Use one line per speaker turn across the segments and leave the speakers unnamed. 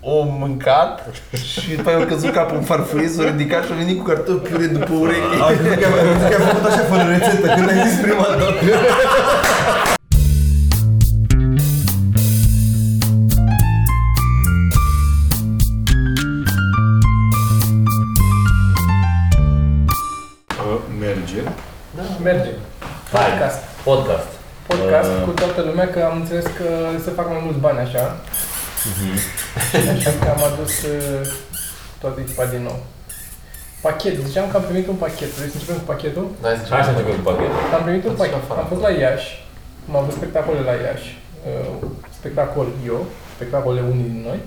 o mâncat și după aia a căzut capul în farfurie, s-a ridicat și a venit cu cartofi piure după ureche.
Ai crezut că ai crezut că ai făcut așa fără rețetă când ai zis prima dată. Merge.
Merge. Podcast.
Podcast.
Podcast
Uh.
cu toată lumea, că am înțeles că se fac mai mulți bani așa. Așa
Mm-hmm.
că am adus uh, toată echipa din nou. Pachet. Ziceam că am primit un pachet. Vrei să începem cu pachetul?
Hai să începem cu pachetul.
Am primit un
Ați
pachet.
aflat.
Am fost la Iași. M-am avut spectacole la Iași. Uh, spectacol eu, spectacole unii din noi.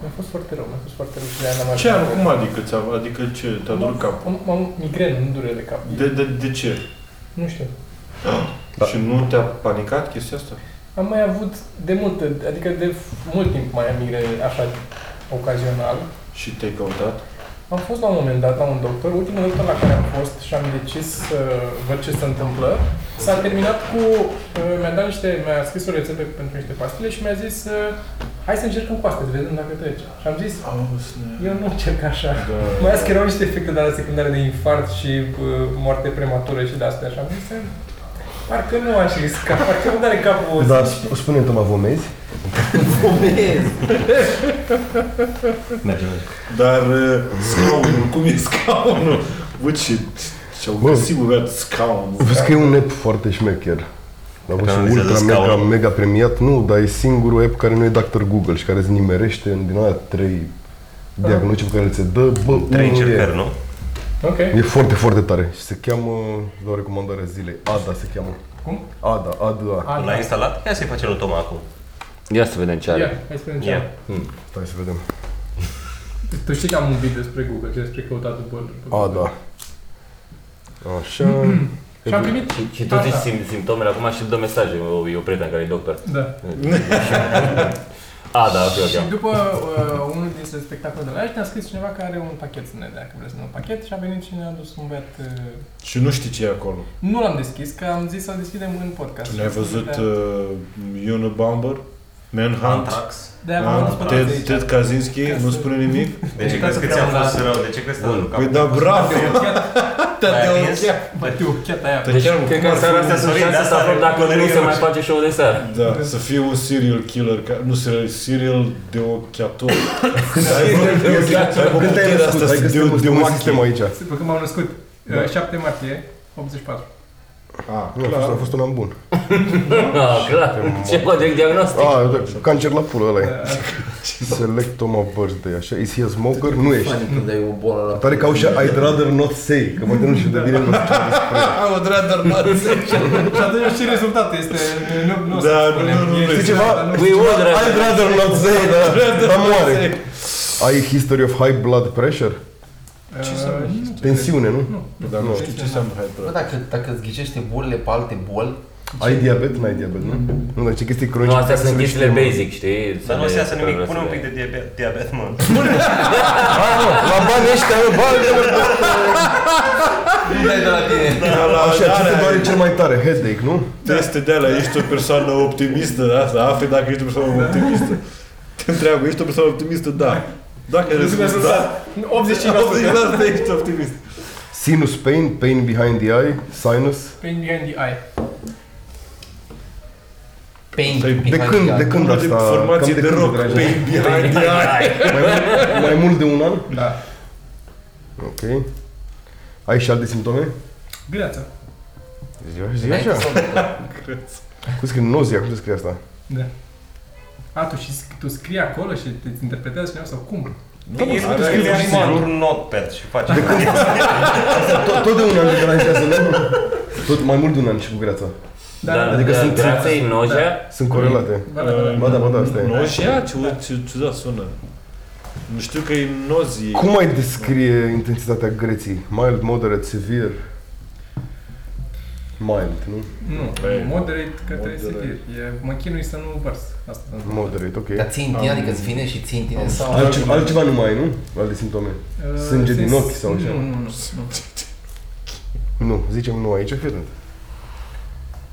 Mi-a fost foarte rău, mi-a fost foarte rău și de-aia n-am mai
Ce am,
ajuns.
cum adică ți-a, adică ce, te-a durut capul?
Am- am migrenă, nu durere de cap.
De, de, de ce?
Nu știu.
Da. Și nu te-a panicat chestia asta?
Am mai avut de mult, adică de mult timp mai am migrene așa ocazional.
Și te-ai căutat?
Am fost la un moment dat la un doctor, ultimul doctor la care am fost și am decis să văd ce se întâmplă. S-a terminat cu, uh, mi-a dat niște, mi-a scris o rețetă pentru niște pastile și mi-a zis uh, hai să încercăm cu astea, să vedem dacă trece. Și am zis, eu nu încerc așa.
Da.
Mai ales că erau niște efecte de la secundare de infart și uh, moarte prematură și de astea și am zis, parcă nu aș risca, parcă nu are capul
Da, sp- spune Toma, vomezi?
Merge, merge.
Dar uh, scaunul, cum e scaunul? Bă, ce, ce-au
Bă.
găsit bă, scaunul.
Vezi că e un app foarte șmecher. A fost
Că analizează
ultra mega,
scaunul.
mega premiat. Nu, dar e singurul app care nu e Dr. Google și care îți nimerește în din alea trei diagnostice pe care le ți dă. Bă,
Trei
unul
încercări, nu?
Ok.
E foarte, foarte tare. Și se cheamă, îți dau recomandarea zilei, ADA se cheamă.
Cum?
ADA, ADA.
A,
L-a instalat? Ia să-i facem lui Toma acum.
Ia să vedem ce
Ia,
are.
hai să vedem ce
Ia.
am.
Stai să vedem.
Tu știi că am un video despre Google, și despre căutat după... după
da.
ADA. Așa.
Și am primit...
Și, și tu zici
Asta.
sim, simptomele acum și îmi dă mesaje. O, e o prietenă care e doctor.
Da.
A, da, ok,
Și
ok.
după uh, unul dintre spectacolele de la Iași ne-a scris cineva că are un pachet să ne dea, că vrea să ne dea un pachet și a venit și ne-a adus un băiat... Uh,
Și nu știi ce e acolo.
nu l-am deschis, că am zis să-l deschidem în podcast.
Tu ne-ai văzut
De-
uh, Unabomber? Manhunt? Da?
Antrax.
uh,
De-aia v-am adus pe
Ted,
toți aici.
Ted Kaczynski?
Ca
Nu
să-
spune nimic?
De ce crezi că ți-a fost rău? De ce crezi că ți-a
Păi da, bravo!
Te-a
Bă, tu, chiar aia.
Deci, chiar,
Cred că în seara asta sunt șanse să aflăm dacă nu se mai face show de seară.
Da, să fie un serial killer, ca- nu serial, serial de ochiator. Să aibă- să aibă
Când te-ai
puterea asta
născut? Hai că
de-
suntem- Ah.
de
suntem
ochi.
sistem aici.
După când m-am născut,
Da.
uh, 7 martie, 84.
Ah,
Nu, a fost- a
clar.
fost un an bun.
Ah, clar. Ce face diagnostic?
Ah.
A, da, cancer la pulă ăla e.
Uh,
Select on my birthday, așa. Is he a smoker? Nu ești.
Funny când ai o bolă la
Tare că au și I'd rather not say, că poate nu știu de bine nu știu despre.
Au dreador
și atunci și rezultatul este... uh, Nu, nu, o să
Da, nu,
spunem.
nu, nu,
E-
nu.
Știi ceva?
We would rather.
I'd rather not say, da, da moare. Ai history of high blood pressure?
Uh, nu.
Tensiune, nu?
Dar nu
Da, Nu.
știu ce înseamnă high
Bă,
blood.
dacă, dacă îți ghicește bolile pe alte boli,
Ai diabet? N-ai diabet, nu? Nu, dar ce chestii cronice.
Nu, astea
trebuie
sunt
să le
chestiile
știm.
basic, știi?
Dar nu se
le-
iasă nimic, pune un
le-
pic de diabet, diabet mă.
Hai, mă, La bani ăștia, mă, bani de
nu dai de la tine.
Da, la-
Așa, ce
da,
te
da,
doare cel mai tare? Headache, nu?
Teste de alea, ești o persoană optimistă, da? Să afli dacă ești o
Da.
persoană optimistă. Te întreabă, ești o persoană optimistă? Da. Dacă răspunzi da,
85%.
80% ești optimist.
Sinus pain, pain behind the eye, sinus.
Pain behind the eye.
Pain,
Păi, de
De
behind
când,
the
de
eye.
când
Una de
asta? Cam
formație
de Păi,
de
când
rock, Păi,
te deranjează?
baby, behind the eye.
Mai mult- Mai mult de un an?
Da.
Ok. Ai și alte simptome?
Greață.
Ziua, zi
Înainte
așa.
sau după?
Cum scrie nozia? Cum se scrie asta?
Da. A, tu, și, sc- tu scrii acolo și te interpretează cineva sau cum?
Nu, are-
scrie
are-
un singur notepad și face.
Tot, tot de un an te deranjează, nu? Tot mai mult de un an și cu greața.
Da.
Da,
Dar
Adică
adică
sunt-
sunt graței, nojea,
Sunt corelate.
Ba da, ba
Uh,
da.
Ba da, ba da, asta e.
Nozia? Ce, ce ciudat sună. Nu știu că e nozie.
Cum ai descrie intensitatea greții? Mild, moderate, severe? Mild, nu?
Nu,
Băi,
moderate către
păi, moderate.
severe. E, mă chinui să nu vărs. Asta se întâmplă.
Moderate, ok.
Dar ții în tine, adică îți vine și ții în tine sau...
Altceva, altceva nu mai ai, nu? Alte simptome?
Uh,
Sânge din
se-
ochi sau așa?
Nu, nu, nu. nu.
Nu, zicem nu aici, fii atent.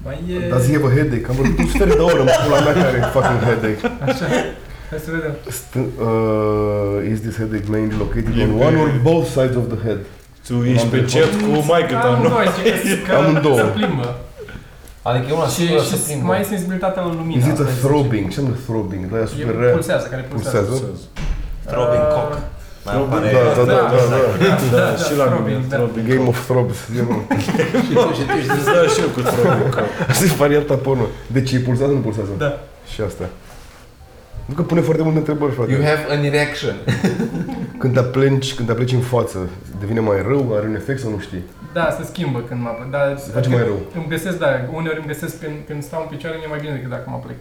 Mai e...
Dar zi, bă, headache, am vorbit un sfert de oră în pula mea care fac un headache.
Așa. Hai să vedem.
St- uh, is this headache mainly located
E
on
pe-
one or both sides of the head?
Tu ești pe
Am
chat cu maică ta, nu?
Amândoi, zice că- că
Amândouă.
se plimbă.
Adică e una
Și,
singură
și
să plimbă.
mai e sensibilitatea la lumină.
Is it
asta
a
e să
throbbing? Ce înseamnă throbbing? Da, e
zice.
super
E
rea.
pulsează, care pulsează.
Pulsează?
Throbbing
Ah,
cock. Mai
Throbbing
apare...
Da, da, da, da, da.
Da, și la mine.
Robin, da.
Robin.
Game of Thrones. e, mă.
Și tu, și tu, și tu.
Îți dau și eu cu Robin. că-
Asta e varianta porno. Deci e pulsează, nu pulsează?
Da.
Și asta. Nu că pune foarte multe întrebări,
You
frate.
have an erection.
Când te apleci, când te apleci în față, devine mai rău? Are un efect sau nu știi?
Da, se schimbă când mă da, apă. Dar
Se face mai rău.
Îmi găsesc, da, uneori îmi găsesc când, când stau în picioare, e mai bine decât dacă mă plec.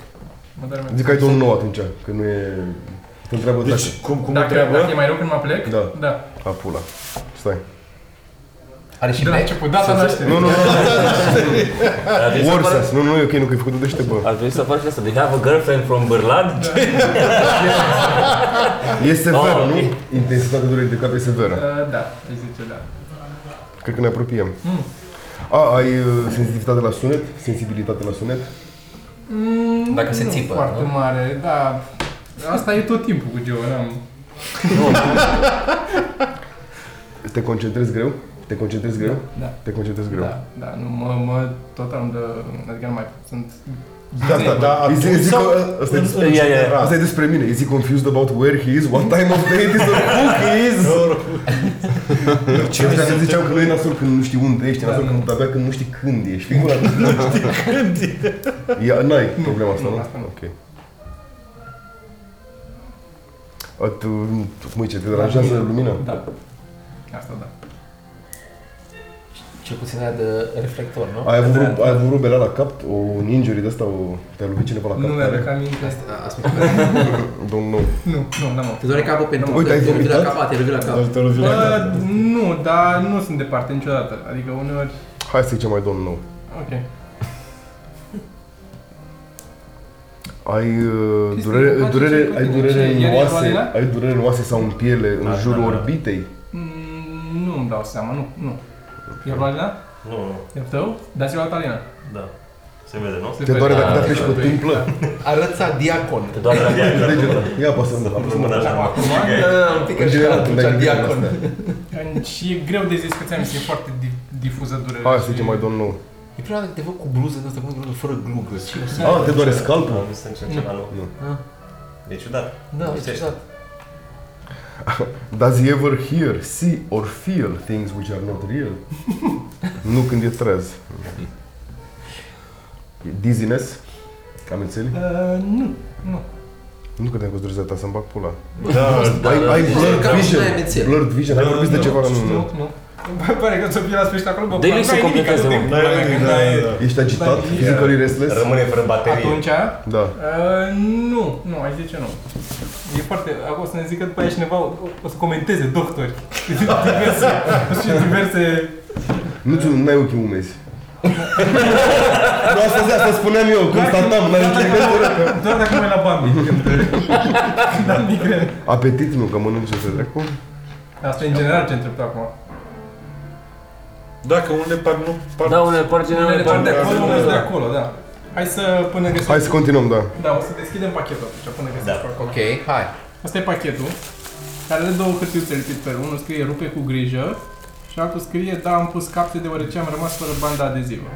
Mă doare mai
Zic că ai de un nou atunci, că nu e... Te întreabă
Deci, cum, cum
dacă, dacă e
întreabă?
mai rău când mă plec,
Da.
da.
dacă... A, pula. Stai.
Are și
De la
bec?
început, da, data nașterii.
Nu, nu, nu,
Da.
Ar trebui să faci-
Orsas. Nu, nu, e ok, nu, că e făcut de ăștia, bă.
Ar trebui să faci asta. Did you have a girlfriend from Berlad?
E
Da.
severă,
Ah,
nu?
ok.
Intensitatea durerii de cap e severă.
Uh, da, îi zice, da.
Cred că ne apropiem.
Hmm.
A, ai uh, sensitivitate la sunet? Sensibilitate la sunet?
Mm,
Dacă se
nu
țipă,
foarte
nu?
mare, da. Asta e tot timpul cu Joe, n-am...
Te concentrezi greu? Te concentrezi greu?
Da.
Te concentrezi greu.
Da, da, nu, mă, mă, tot am de... Adică nu mai sunt...
Da, da, da.
atunci
Zic, zic,
sau-
că asta e despre
Ia, ia, ia.
Asta e despre mine. Is he confused about where he is? What time of day it is? Or who he is? Ce asta ne ziceam că nu e nasol când nu știi unde
Da,
ești, e nasol când abia când nu știi când ești. Figura nu știi când e. N-ai problema asta,
nu,
nu?
asta nu.
Ok. A, tu, uh, măi, ce te deranjează lumina?
Da. Asta da.
Cel puțin aia de reflector, nu?
Ai avut, vreo- ai avut rubele la cap? O, un injury de asta? O, te-a lovit cineva la cap?
Nu mi-aduc
tare?
aminte asta.
Don't know.
Nu, nu, n-am avut.
Te doare capul pentru
Uite,
că
ai
te-ai lovit la
vomitat?
cap, te-ai lovit la cap.
Dar te lovi la
Bă,
cap.
nu, dar nu sunt departe niciodată. Adică uneori...
Hai să zicem mai don't know.
Ok.
Ai uh,
Cristi,
durere,
face ce
durere,
cu
ai
tine? Ce,
durere
ieri
în
e
oase,
Valina?
ai durere în oase sau în piele, în
Da,
jurul
da, da.
orbitei?
Mm, nu îmi dau seama, nu, nu. E Valina?
Nu, nu,
E al tău? Dați-l la Talina.
da. Se vede, nu?
Te doare
da,
dacă te
da, da,
apeși pe tâmplă?
Arăța diacon.
Te doare la
Cu
viață.
degetul. Ia apasă mâna,
Nu
apasă
mă
mâna.
așa acum.
Da, un pic
În
așa,
general, când ai
arăța
grijă de
diacon.
astea.
Și e greu de zis că ți-am zis, e foarte di- difuză durerea.
Hai să
și-
zicem mai don't know.
E prima dată că te văd cu bluză din asta, cum bluză fără glugă. Ce o să...
A, Ah, te doare
Am
scalpul?
zis să încerc ceva nou.
Nu.
Ah.
E ciudat.
Da,
Nu
e
știu.
ciudat.
exact.
Does he ever hear, see or feel things which are not real? nu când e trez. Dizziness? Am înțeles?
Uh, nu, nu.
Nu credeam că îți ta să-mi bag pula.
Da,
Ai, ai
da.
blurred
Cam așa
vision,
e menționat.
blurred vision, ai
Da,
vorbit
da,
de
da.
ceva
Nu,
în...
nu. Bă, pare că ți-o pila sfârșit acolo, bă,
Dă-i lui
parcă
să
ai nimic,
completeze,
adică
mă.
n-ai nimic, n-ai... da.
Ești agitat?
Da, e-
Physically restless?
Rămâne fără baterie.
Atunci,
Da.
uh, nu, nu, ai zice nu. E foarte, acum o să ne zică după aia cineva, o, o să comenteze doctori. diverse, o să fie diverse
Nu ți n-ai ochii umezi. Nu, asta, asta spuneam eu, constatam, n-ai nicio legătură că...
Doar dacă mai la Bambi când, când am migrene.
Apetit nu, că mănânci ce dracu.
Asta e în general ce întreb tu acum.
Dacă unele par nu par...
Da, unele părți nu
Unele
unele
par de
părți.
acolo,
da,
unele
da.
de acolo, da. Hai să până găsim.
Hai să continuăm, da.
Da, o să deschidem pachetul atunci, până găsim
Da.
pe acolo.
Ok, hai.
Asta e pachetul, care are două hârtiuțe lipit pe el. Unul scrie rupe cu grijă și altul scrie da, am pus capte deoarece am rămas fără banda adezivă.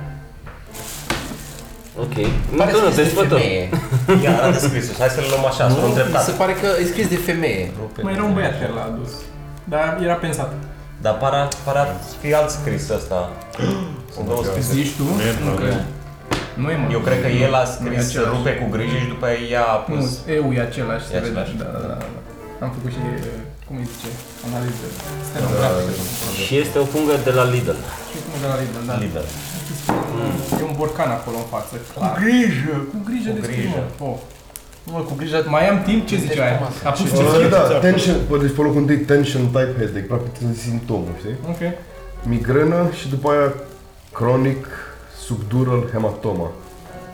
Ok. Nu, tu nu,
scris
deci
te
de
sfătăm.
femeie.
Ia, arată scrisul. Hai să-l luăm așa, să luăm
Mi se
dreptate.
pare că e scris de femeie.
Mai era un băiat care l-a adus. Dar era pensat.
Dar pare a- pare a fi alt scris ăsta. Sunt două scrisuri.
Zici tu? Nu, că... Nu e, mă.
Eu cred că el a scris
același.
rupe cu grijă și după aia ea a pus...
Nu, EU e același, se
E
vede.
același.
Da, da, da. Am făcut și, cum îi zice, analiză.
Da,
Stenografică.
Și este o pungă de la Lidl.
Și cum de la Lidl, da.
Liber.
E un borcan acolo în față, clar. Cu grijă! Cu grijă de scris,
grijă.
mă. Oh. Mă, cu grijă, mai am timp? Ce zice aia? A pus ce
Uh,
scrie?
Da, tension, bă, deci pe locul întâi tension type headache, practic sunt simptomul, știi?
Ok.
Migrenă și după aia chronic subdural hematoma.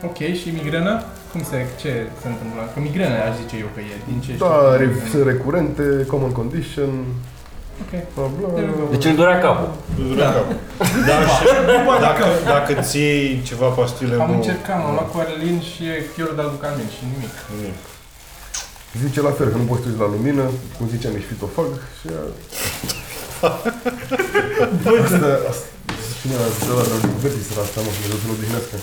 Ok, și migrena? Cum se, ce se întâmplă? Că migrena aș zice eu că e, din ce
Da,
știu.
re- sunt recurente, common condition,
Ok.
bla bla.
There you go.
Deci îmi durea capul.
Da. Da, și dacă, dacă ți iei ceva pastile,
Am
nu...
încercat, m-am luat cu Arelin și e fior de albucamin și nimic.
Zice la fel, că nu poți să te uiți la lumină, cum ziceam, ești fitofag și... a- asta, asta, cine era de la de Vertis era asta, mă, Dumnezeu să nu odihnească.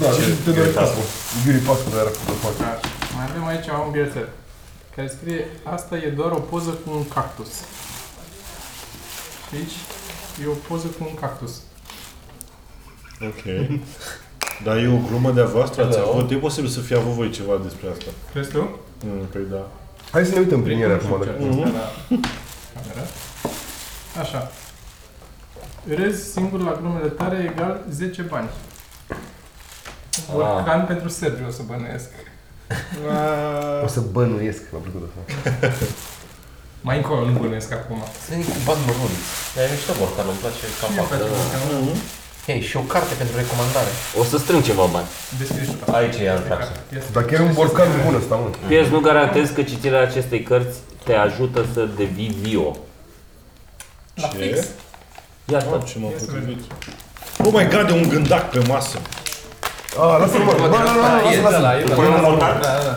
Da, și te dă
Yuri Pascu.
capul. Yuri Pascu era fitofag.
Așa. Mai avem aici un bilețel care scrie Asta e doar o poză cu un cactus. Și aici e o poză cu un cactus.
Ok. Dar e o glumă de-a voastră? Ați
Hello.
avut? E posibil să fi avut voi ceva despre asta.
Crezi tu?
Mm, păi da.
Hai să ne uităm prin ele acum. dacă-
Camera. da. Așa. Râzi singur la glumele tare egal 10 bani.
Ah.
Borcan pentru Sergiu o să bănuiesc.
O să bănuiesc, m-a plăcut asta.
Mai încolo nu bănuiesc acum.
Să veni cu bani mărunți. Dar e mișto borcanul, îmi place
Eu
campacul
pentru
ăla.
că
Hei, și o carte pentru recomandare.
O să strâng ceva bani.
descrie și
Aici e Antrax.
Dar chiar un borcan bun ăsta, mă.
Pierzi, nu garantez că citirea acestei cărți te ajută să devii bio.
La
Ce?
fix.
Iată.
Oh, ce m-am
Ia să
potrivit. Oh my god, e un gândac pe masă.
A, lasă-l, mă. Ba, ba, ba, ba,
E
lasă-l,
de la, e
lasă-l.
de
Păi, Pune-l
la.
la urmă.
Da, da, da.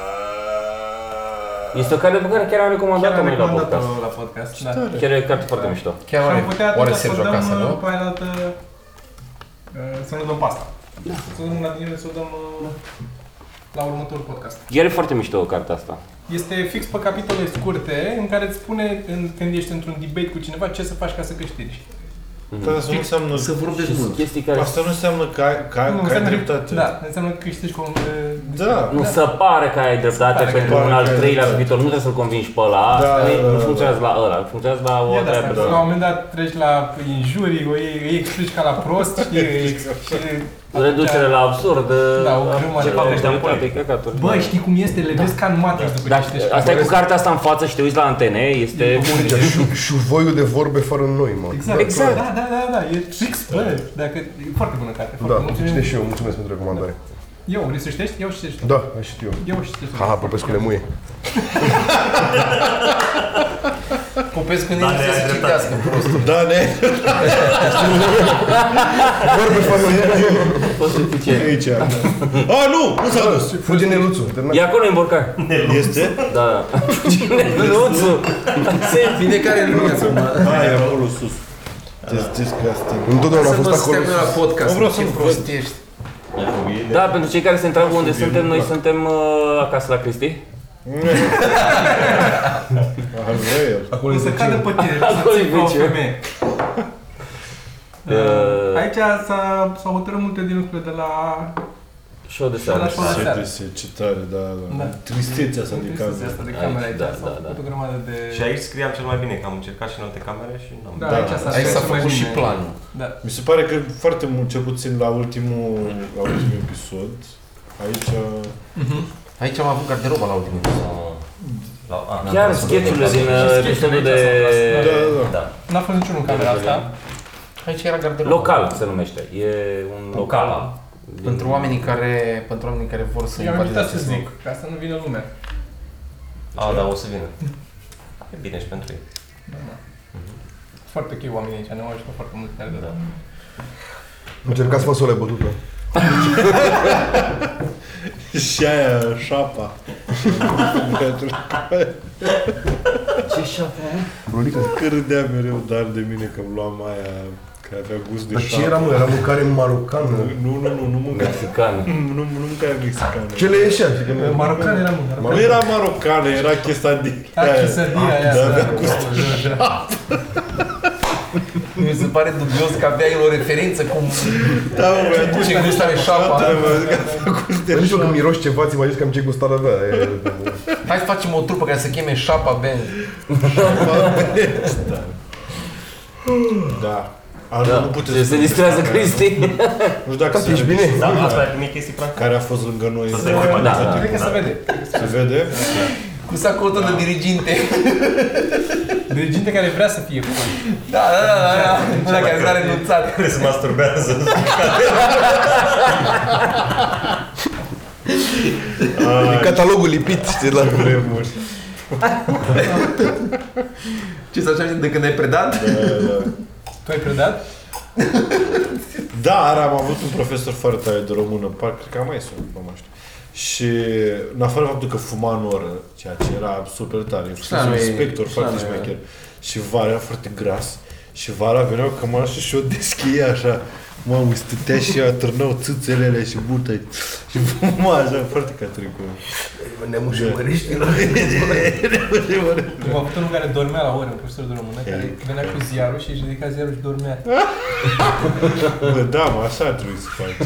Este o carte pe care chiar am recomandat-o
am
noi la podcast.
recomandat-o la podcast. Da.
Chiar e o carte foarte
Da.
mișto.
Chiar
Și am putea
oare, oare
tot să
Sergio
dăm
acasă,
uh,
nu?
după aia dată uh, să nu dăm pasta. Să dăm la tine, să dăm uh, la următorul podcast.
Chiar e foarte mișto cartea asta.
Este fix pe capitole scurte în care îți spune în, când ești într-un debate cu cineva ce să faci ca să câștigi.
Dar asta nu înseamnă...
Să vorbești
Și sunt
mult.
chestii care...
Asta nu înseamnă că ai, că ai, că ai dreptate.
Da, înseamnă că câștigi cu un... uh,
Da.
Nu se pare că ai dreptate
pare că
pentru
pare
un
că
al
ai
treilea
dreptate.
viitor. Nu trebuie să-l convingi pe ăla.
Da,
Asta
da,
nu-
da,
nu
da.
funcționează la ăla. Funcționează la Da, o
E da. de
treia
asta,
persoană.
la un moment dat treci la injurii, o iei, îi explici ca la prost și... și
Reducere la absurd. uh,
Da, o grămadă
ceva
de
de
ștamponi.
dreptate, căcaturi.
Bă, știi cum este? Le vezi ca în Matrix după
Dar
ce citești.
Da. asta e cu cartea asta în față și te uiți la antene, este...
Deci, șu- șuvoiul de vorbe fără noi, mă.
Exact.
Exact.
Da, da, da, da, e tricks, bă. Dacă, e foarte bună carte, foarte
Da,
bună.
citește și eu, mulțumesc pentru recomandare.
Eu, vrei să citești? Eu citești.
Da, ai și eu.
Eu citești.
Haha, Popescule muie.
Popescu
Da,
nici nu știe să citească prost.
Da, ne?
Vorbe fără noi.
Aici. A, nu! Nu s-a dus!
Fuge Neluțu. terminat.
E acolo în borcan.
Este?
Da, da. Neluțu! Se
Fiecare lumină. mă.
Da, e acolo sus. Da. Just disgusting.
Întotdeauna a
Să
fost
vă
acolo.
suntem la podcast.
Nu vreau să
Ce
văd.
prost ești.
Da, pentru cei care se întreabă unde suntem, noi
da.
suntem uh, acasă la Cristi.
Aha, Ah, nu e el.
Acolo să cadă pe tine, să
Acolo e
ții ca o
viciu.
femeie.
Uh,
Aici s-a- s-au hotărât multe din lucrurile de la...
Show de
de la
seară.
școala de
Ce
seară.
triste, ce tare, da,
Da.
da. Tristețea asta din
Chestia
cazul.
asta de camera
Aici,
aici, s-a
da, da, da.
făcut o grămadă de...
deci, Și aici scriam cel mai bine, că am încercat și în alte camere și n-am.
Da,
Da,
aici s-a
Aici
scris
s-a
mai
făcut și
bine.
planul.
Da.
Mi se pare că foarte mult, cel puțin la ultimul, la ultimul episod, aici...
Aici am avut garderoba la ultimul.
da,
La, a, n-am
Chiar
văzut.
sketchurile din uh,
sketchurile
episodul
aici
Da, da,
de
da.
Da.
N-a fost niciunul în camera asta.
Aici era garderoba.
Da,
local se numește. E un local. din-
Pentru oamenii care, pentru oamenii care vor să
Eu am
invadeze
invitat să
acest loc.
zic, ca să nu vină lumea.
A, da, o să vină. E bine și pentru ei.
Da, da. Foarte ok oamenii aici, ne-au ajutat foarte mult. chiar de
Da.
Da.
Încercați fasole bătută.
Și aia, șapa.
Ce șapte?
Brolică.
Că râdea mereu dar de mine că îmi luam aia care avea gust de
Dar ce
șapă.
era, mă? Era mâncare marocană.
Nu, nu, nu, nu mânca.
Mexican.
Nu, nu mâncare mexicană.
Ce le ieșea? Știi că nu-
Marocan era mult,
Nu era marocană, era quesadilla.
Da, chisadia aia,
Da,
da,
avea
da,
Mi se pare dubios că abia el o referință cum
Da, mă, mi-a
cu
dus
ce gust are șapa.
Da, mă, că avea gust
Dar
de
nici eu când
șapă.
miroși ceva, ți imaginezi cam ce gustar avea. E-
Hai să facem o trupă care să cheme Șapa Band.
Da. A, nu, nu puteți
Se,
să
se
vedeți
distrează
camera.
Cristi.
Nu știu dacă
Tati,
se
ești
vede.
bine?
Da, asta ai primit chestii practic.
Care a fost lângă noi.
Da,
da.
Cred că se vede.
Se vede?
Da. Cu sacotul de diriginte.
De gente care vrea să fie cool.
Da, da, da, da, da. Ăla care s-a renunțat.
Care se masturbează.
Ai,
E catalogul lipit, știi, la
Vremuri.
Ce să așa de când ai predat?
Da, da, da.
Tu ai predat?
Dar am avut un profesor foarte tare de română, parcă cred că am mai sunt, nu mai știu. Și în afară de faptul că fuma în oră, ceea ce era super tare, eu
Da,
fusesem
nu e-
inspector,
da,
foarte
nu e-
șmecher. Și vara era foarte gras și vara veneau cămașă și eu deschia așa. Mamă, stătea și eu, atârnau țâțelele și burta și fuma așa, foarte catricu.
Ne-am ușurăriști.
Eu am avut unul care dormea la ore, un profesor de română, care venea cu ziarul și își dedica ziarul și dormea.
Bă, da, mă, așa trebuie să faci.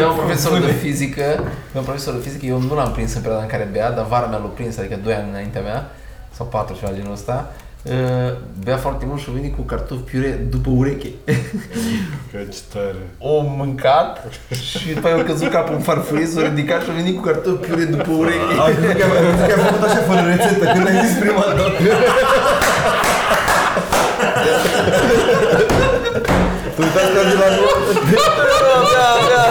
Eu am profesor de fizică, eu am profesor de fizică, eu nu l-am prins în perioada în care bea, dar vara mea l-a prins, adică 2 ani înaintea mea, sau 4 ceva genul ăsta. Uh, Bea foarte mult și a venit cu cartofi piure după ureche.
Că ce tare.
O mâncat și după aia a căzut capul în farfurie, s-a ridicat și a venit cu cartofi piure după ureche.
Ai crezut că ai- ai crezut că ai făcut așa fără rețetă când ai zis prima dată. Tu uitați că de la
Avea, avea,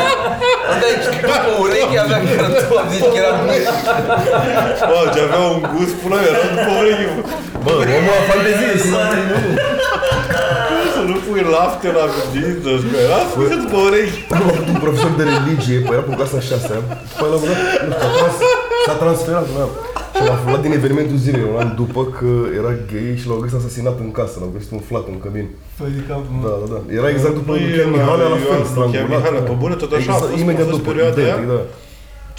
deci da. după ureche avea cartofi, zici că era bun.
Bă, ce avea un gust, până era după urechi. Bă,
Omul a fantezie.
Să nu pui lapte la vizită, că era făcut pe urechi.
Am avut un profesor de religie, păi era cu clasa 6 După aia l-am luat, nu știu, a trans- s-a transferat, nu știu. Și l-a furat din evenimentul zilei, un an după că era gay și l-au găsit asasinat în casă, l-au găsit umflat în cămin.
Păi de capul
Da,
meu.
da, da. Era exact după Lucian Mihalea la fel,
Păi, Lucian
strangulat.
Mihalea, pe bune, tot așa a
Exact,
fost,
imediat
a fost
după,
perioada aia.
identic, da.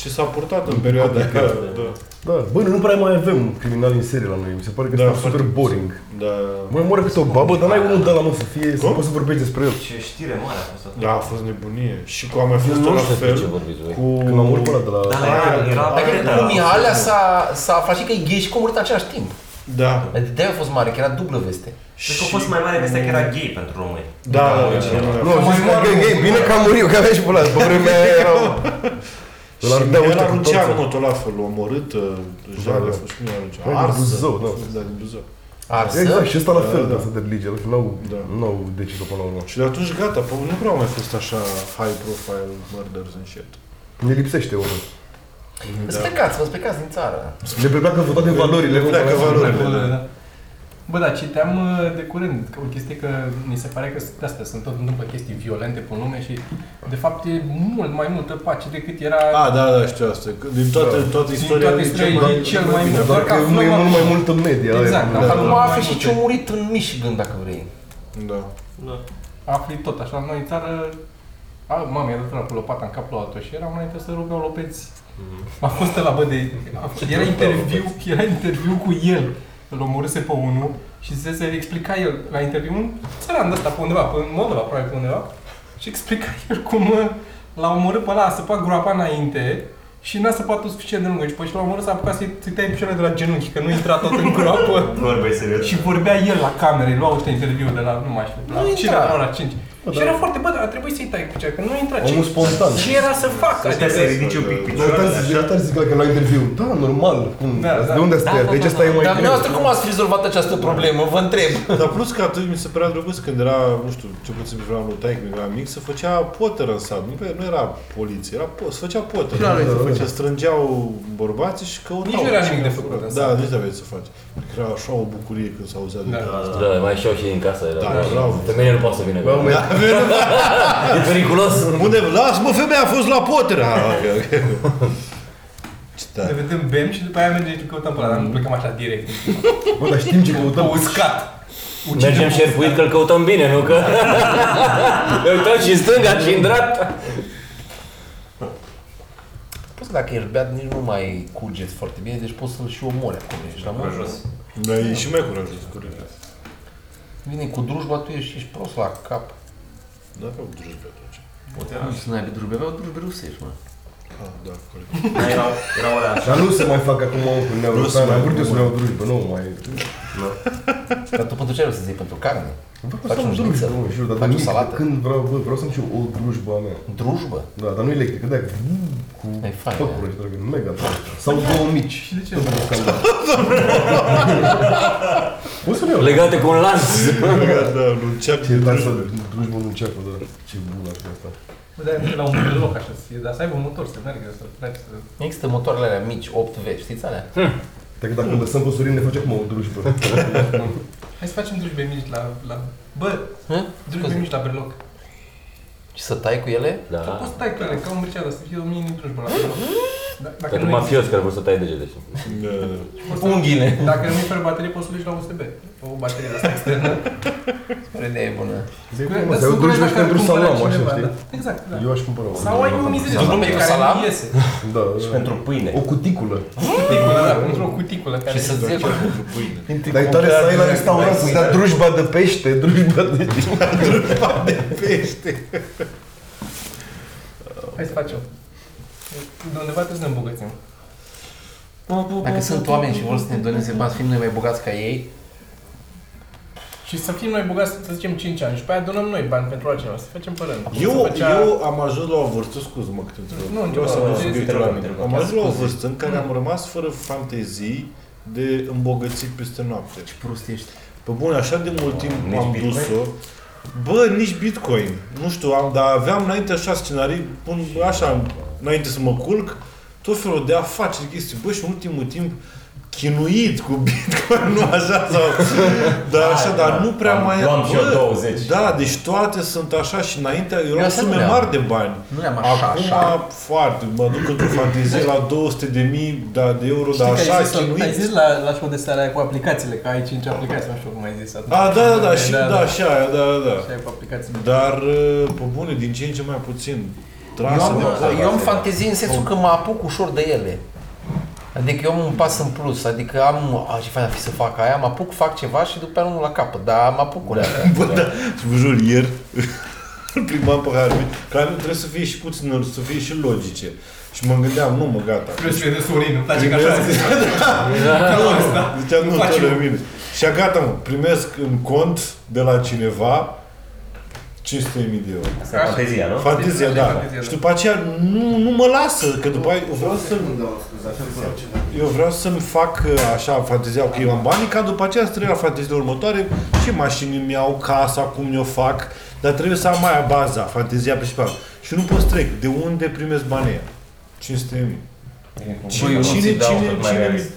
Ce s-a purtat în perioada aia. Da,
Da, băi, noi nu prea mai avem criminali în serie la noi, mi se pare că
Da,
da,
foarte
super boring.
da.
Mă moare câte o babă, dar n-ai unul de la mă să fie, să
Cum?
poți să vorbești despre el.
Ce Deci, știre mare a fost asta.
Da, a fost nebunie. Și cum a mai fost
Nu
tot la
știu despre ce
fel
vorbiți voi.
cu...
Când l-a murit pe ăla de la...
Da, era, era
Dar
Da,
cred că cu Mihalea s-a, s-a aflat și că e gay și că a murit în același timp.
Da.
Adică de-aia a fost mare, că era dublă veste.
Cred că a fost mai mare vestea că era gay pentru români.
Da, da, da, da.
Nu, am zis că e gay, bine că am murit, că avea și pe ăla, pe vremea aia era... Îl
Și
ardea, uite,
era
cu
Lucian,
toți.
mă, tot la fel, l-a omorât, uh,
Da,
jale,
da.
a fost cum era Lucian,
Hai, de
arsă.
Buzău, da.
Da, din Buzău.
Arsă.
Exact, și ăsta la
Da,
fel,
da.
de asta de religie, la fel, adică n-au,
Da.
n-au decis-o până la urmă.
Și de atunci gata, pe- nu prea au mai fost așa high profile murders and shit.
Ne lipsește omul.
Da.
Vă plecați, vă plecați din țară.
Ne pleacă că toate valorile.
Le pleacă
nu?
valorile, da.
Bă, da, citeam uh, de curând că o chestie că mi se pare că de astea sunt tot întâmplă chestii violente pe lume și de fapt e mult mai multă pace decât era
A, da, da, știu asta. că Din toată, toată
Din
istoria
toată
e cel
istoria
mai-
e cel mai mult.
Doar că e mult
acum-
mai multă media.
Exact,
aia.
da.
Acum
mai
afli și
multe.
ce-a murit în Michigan, dacă vrei.
Da.
afli tot așa. Noi în țară, a, mami, a dat una cu lopata în cap la altul și erau înainte să rugau lopeți. A fost la bă de... Era interviu, era interviu cu el. Îl omorâse pe unul și se, se explica el la interviu un țăran de ăsta pe undeva, pe în Moldova, probabil pe undeva. Și explica el cum ă, l-a omorât pe ăla, a săpat groapa înainte și n-a săpat tot suficient de lungă. Și pe și l-a omorât s-a apucat să-i să-i taie picioarele de la genunchi, că nu intra tot în groapă.
Vorbei serios.
Și vorbea el la camere, lua niște interviuri de la, nu mai știu, la
Nu
5,
intra. da.
la ora 5. și era foarte, bă, dar a trebuit să-i tai cu cea, că nu intra
Omul
ce,
spontan.
ce era să facă,
Ăștia
adică,
se ridice un pic
Dar tare
picioarele
zic,
așa.
dar tare zic că la interviu, da, normal, cum,
Da, da.
de unde asta e? Deci asta e mai
Dar
greu.
dumneavoastră cum ați rezolvat această problemă? Vă întreb.
Dar plus că atunci mi se părea drăguț când era, nu știu, ce puțin vreau lui taic mi era mic, se făcea poter în sat. Nu, pe- nu era poliție, era po- se făcea poter.
Clar,
se
da, da.
făcea, strângeau bărbații și căutau.
Nici nu era
ce-
nimic de făcut în
Da, nici nu aveai ce să faci. Cred că era așa o bucurie când adică. s-auzea de
Da.
treaba asta.
Da, mai și eu și din casă. Era,
Da, bravo.
Femeile nu poate să vină.
La
Păi,
un moment
da.
E periculos.
da, Unde, las mă, femeia a fost la poter! Ah, ok, ok. Ce
ne
tare.
vedem, bem și după aia mergem și căutăm pe ăla, dar nu plecăm așa direct.
Bă, dar știm ce căutăm.
După uscat. Ucidem
Mergem
uscat.
șerpuit că-l căutăm bine, nu că... Ne uităm și în stânga și în dreapta.
Poți dacă ești beat, nici nu mai curgeți foarte bine, deci poți să-l și omori acolo. Ești la mână.
Curajos.
Da, e și mai curajos, curajos.
Vine cu drujba, tu ești, ești prost la cap.
Da, aveau drujbe atunci.
Nu știu, n-ai pe drujbe, aveau drujbe rusești, mă.
Ah, da, corect.
Da, erau, erau alea așa.
Dar nu se mai fac acum cu Uniunea
Nu se
Europeană,
mai-
am vrut eu
nu
să
mai-
iau drujbă, nu mai...
Dar tu pentru ce vrei să zici? Pentru carne?
Vreau
Faci
să am
un
drujbă,
șnițel,
nu știu, dar
faci o
nimic,
salată.
când vreau, bă, vreau să-mi și eu o drujbă a mea.
Drujbă?
Da, dar nu electrică, de cu
E fain, da.
făcuri, dragă, mega fain. Sau două mici.
de ce?
Tot un scandal. Poți să le iau.
Legate cu un lanț.
Da, da, nu înceap
Ce
de
da, să
drujbă.
duci mult în ceapă, da. Ce bun ar fi asta.
Bă, dar la un loc așa, să fie, dar să aibă un motor, să meargă, să tragi, să...
Există motoarele alea mici, 8V, știți alea?
Dacă dacă lăsăm pe Sorin, ne face acum o drujbă.
Hai să facem drujbe mici la... la... Bă,
Hă?
drujbe
Scuze.
mici la berloc.
Și să tai cu ele?
Că poți
Da.
să tai cu ele, ca un briceală, să fie o mini drujbă la berloc. Da- Dacă
Pentru
nu există-
mafios care vor să tai degete.
Da, da.
poți să-
Unghiile.
Dacă nu-i fără baterie, poți să duci la USB. O baterie de asta externă.
O idee e bună.
Zi,
Dar
cum, să
sunt
iau drujbă
unele
și
care
pentru
cumpără
salam, așa,
cineva,
știi?
da. Exact, da.
Eu aș cumpăra una.
Sau ai un mizire
Salam.
de care
Salam?
nu iese.
Da,
Și
da.
pentru pâine.
O cuticulă.
Cuticulă, da, într-o cuticulă care...
Și să zic,
Dar e tare să ai la restaurant să dea drujba de pește, drujba de...
Hai să facem. De undeva trebuie să ne îmbogățim.
dacă sunt oameni și vor să ne doneze bani, să fim noi mai bogați ca ei,
Și să fim noi bogați, să zicem 5 ani. Și pe aia donăm noi bani pentru altcineva, să facem părând.
Eu, eu am ajuns la o vârstă, scuz mă câte întreb.
Nu,
Vreau să
nu,
am
nu,
subiectul
te rog,
la
te
mine.
rog.
Am ajuns la o vârstă în care am rămas fără fantezii de îmbogățit peste noapte.
prost ești.
Pe bune, Păi așa de mult timp
Nici
am
Bitcoin?
dus-o. Bă, nici Bitcoin. Nu știu, am, dar aveam înainte așa scenarii, pun așa, înainte să mă culc, tot felul de afaceri, chestii. Bă, și în ultimul timp chinuit cu Bitcoin, nu așa, sau, dar așa, dar nu prea
Am-
mai...
luam și eu
Bă,
20.
Da, deci toate sunt așa și înainte erau
asta nu
sume
le-am.
mari de bani.
Nu le-am așa,
Acum
așa.
foarte, mă duc într-o fantezie la 200 de mii da, de euro, dar
Știi
așa
că ai zis, ai
chinuit.
zis la, la show de seara aia cu aplicațiile, că ai 5 aplicații, nu știu cum ai zis atunci.
A, da, da, da, și, da, și aia, da, da, da.
Și ai cu aplicații.
Dar, uh, pe bune, din ce în ce mai puțin
Eu
trasă
am,
de acolo.
eu am fantezii în sensul că mă apuc ușor de ele. Adică eu am un pas în plus, adică am, a, ce fain ar fi să fac aia, mă apuc, fac ceva și după aia nu la capăt, dar mă apuc cu da.
Bă, da, vă jur, ieri îl plimbam pe harul Clar, nu trebuie să fie și puțin, să fie și logice. Și mă gândeam, nu mă, gata.
Plus de Sorin, îmi place că așa se zice.
Da, Ziceam, nu,
Faci
tot
eu.
de mine. Și a, gata, mă, primesc în cont de la cineva 500.000 de euro.
Asta e fantezia, nu?
Fantezia,
Fantezia,
da.
fantezia,
Și
da.
după aceea nu, nu mă lasă, că după aia eu vreau să Eu vreau să-mi fac uh, așa fantezia, ok, am banii, ca după aceea să trec la fantezia următoare, ce mașini îmi iau, casa, cum mi-o fac, dar trebuie să am mai baza, fantezia principală. Și nu pot să trec. De unde primesc banii ăia? 500 de mii.
Băi, eu
Cine,
nu
cine,
ți
cine,
dau,
cine,
tot mai realist.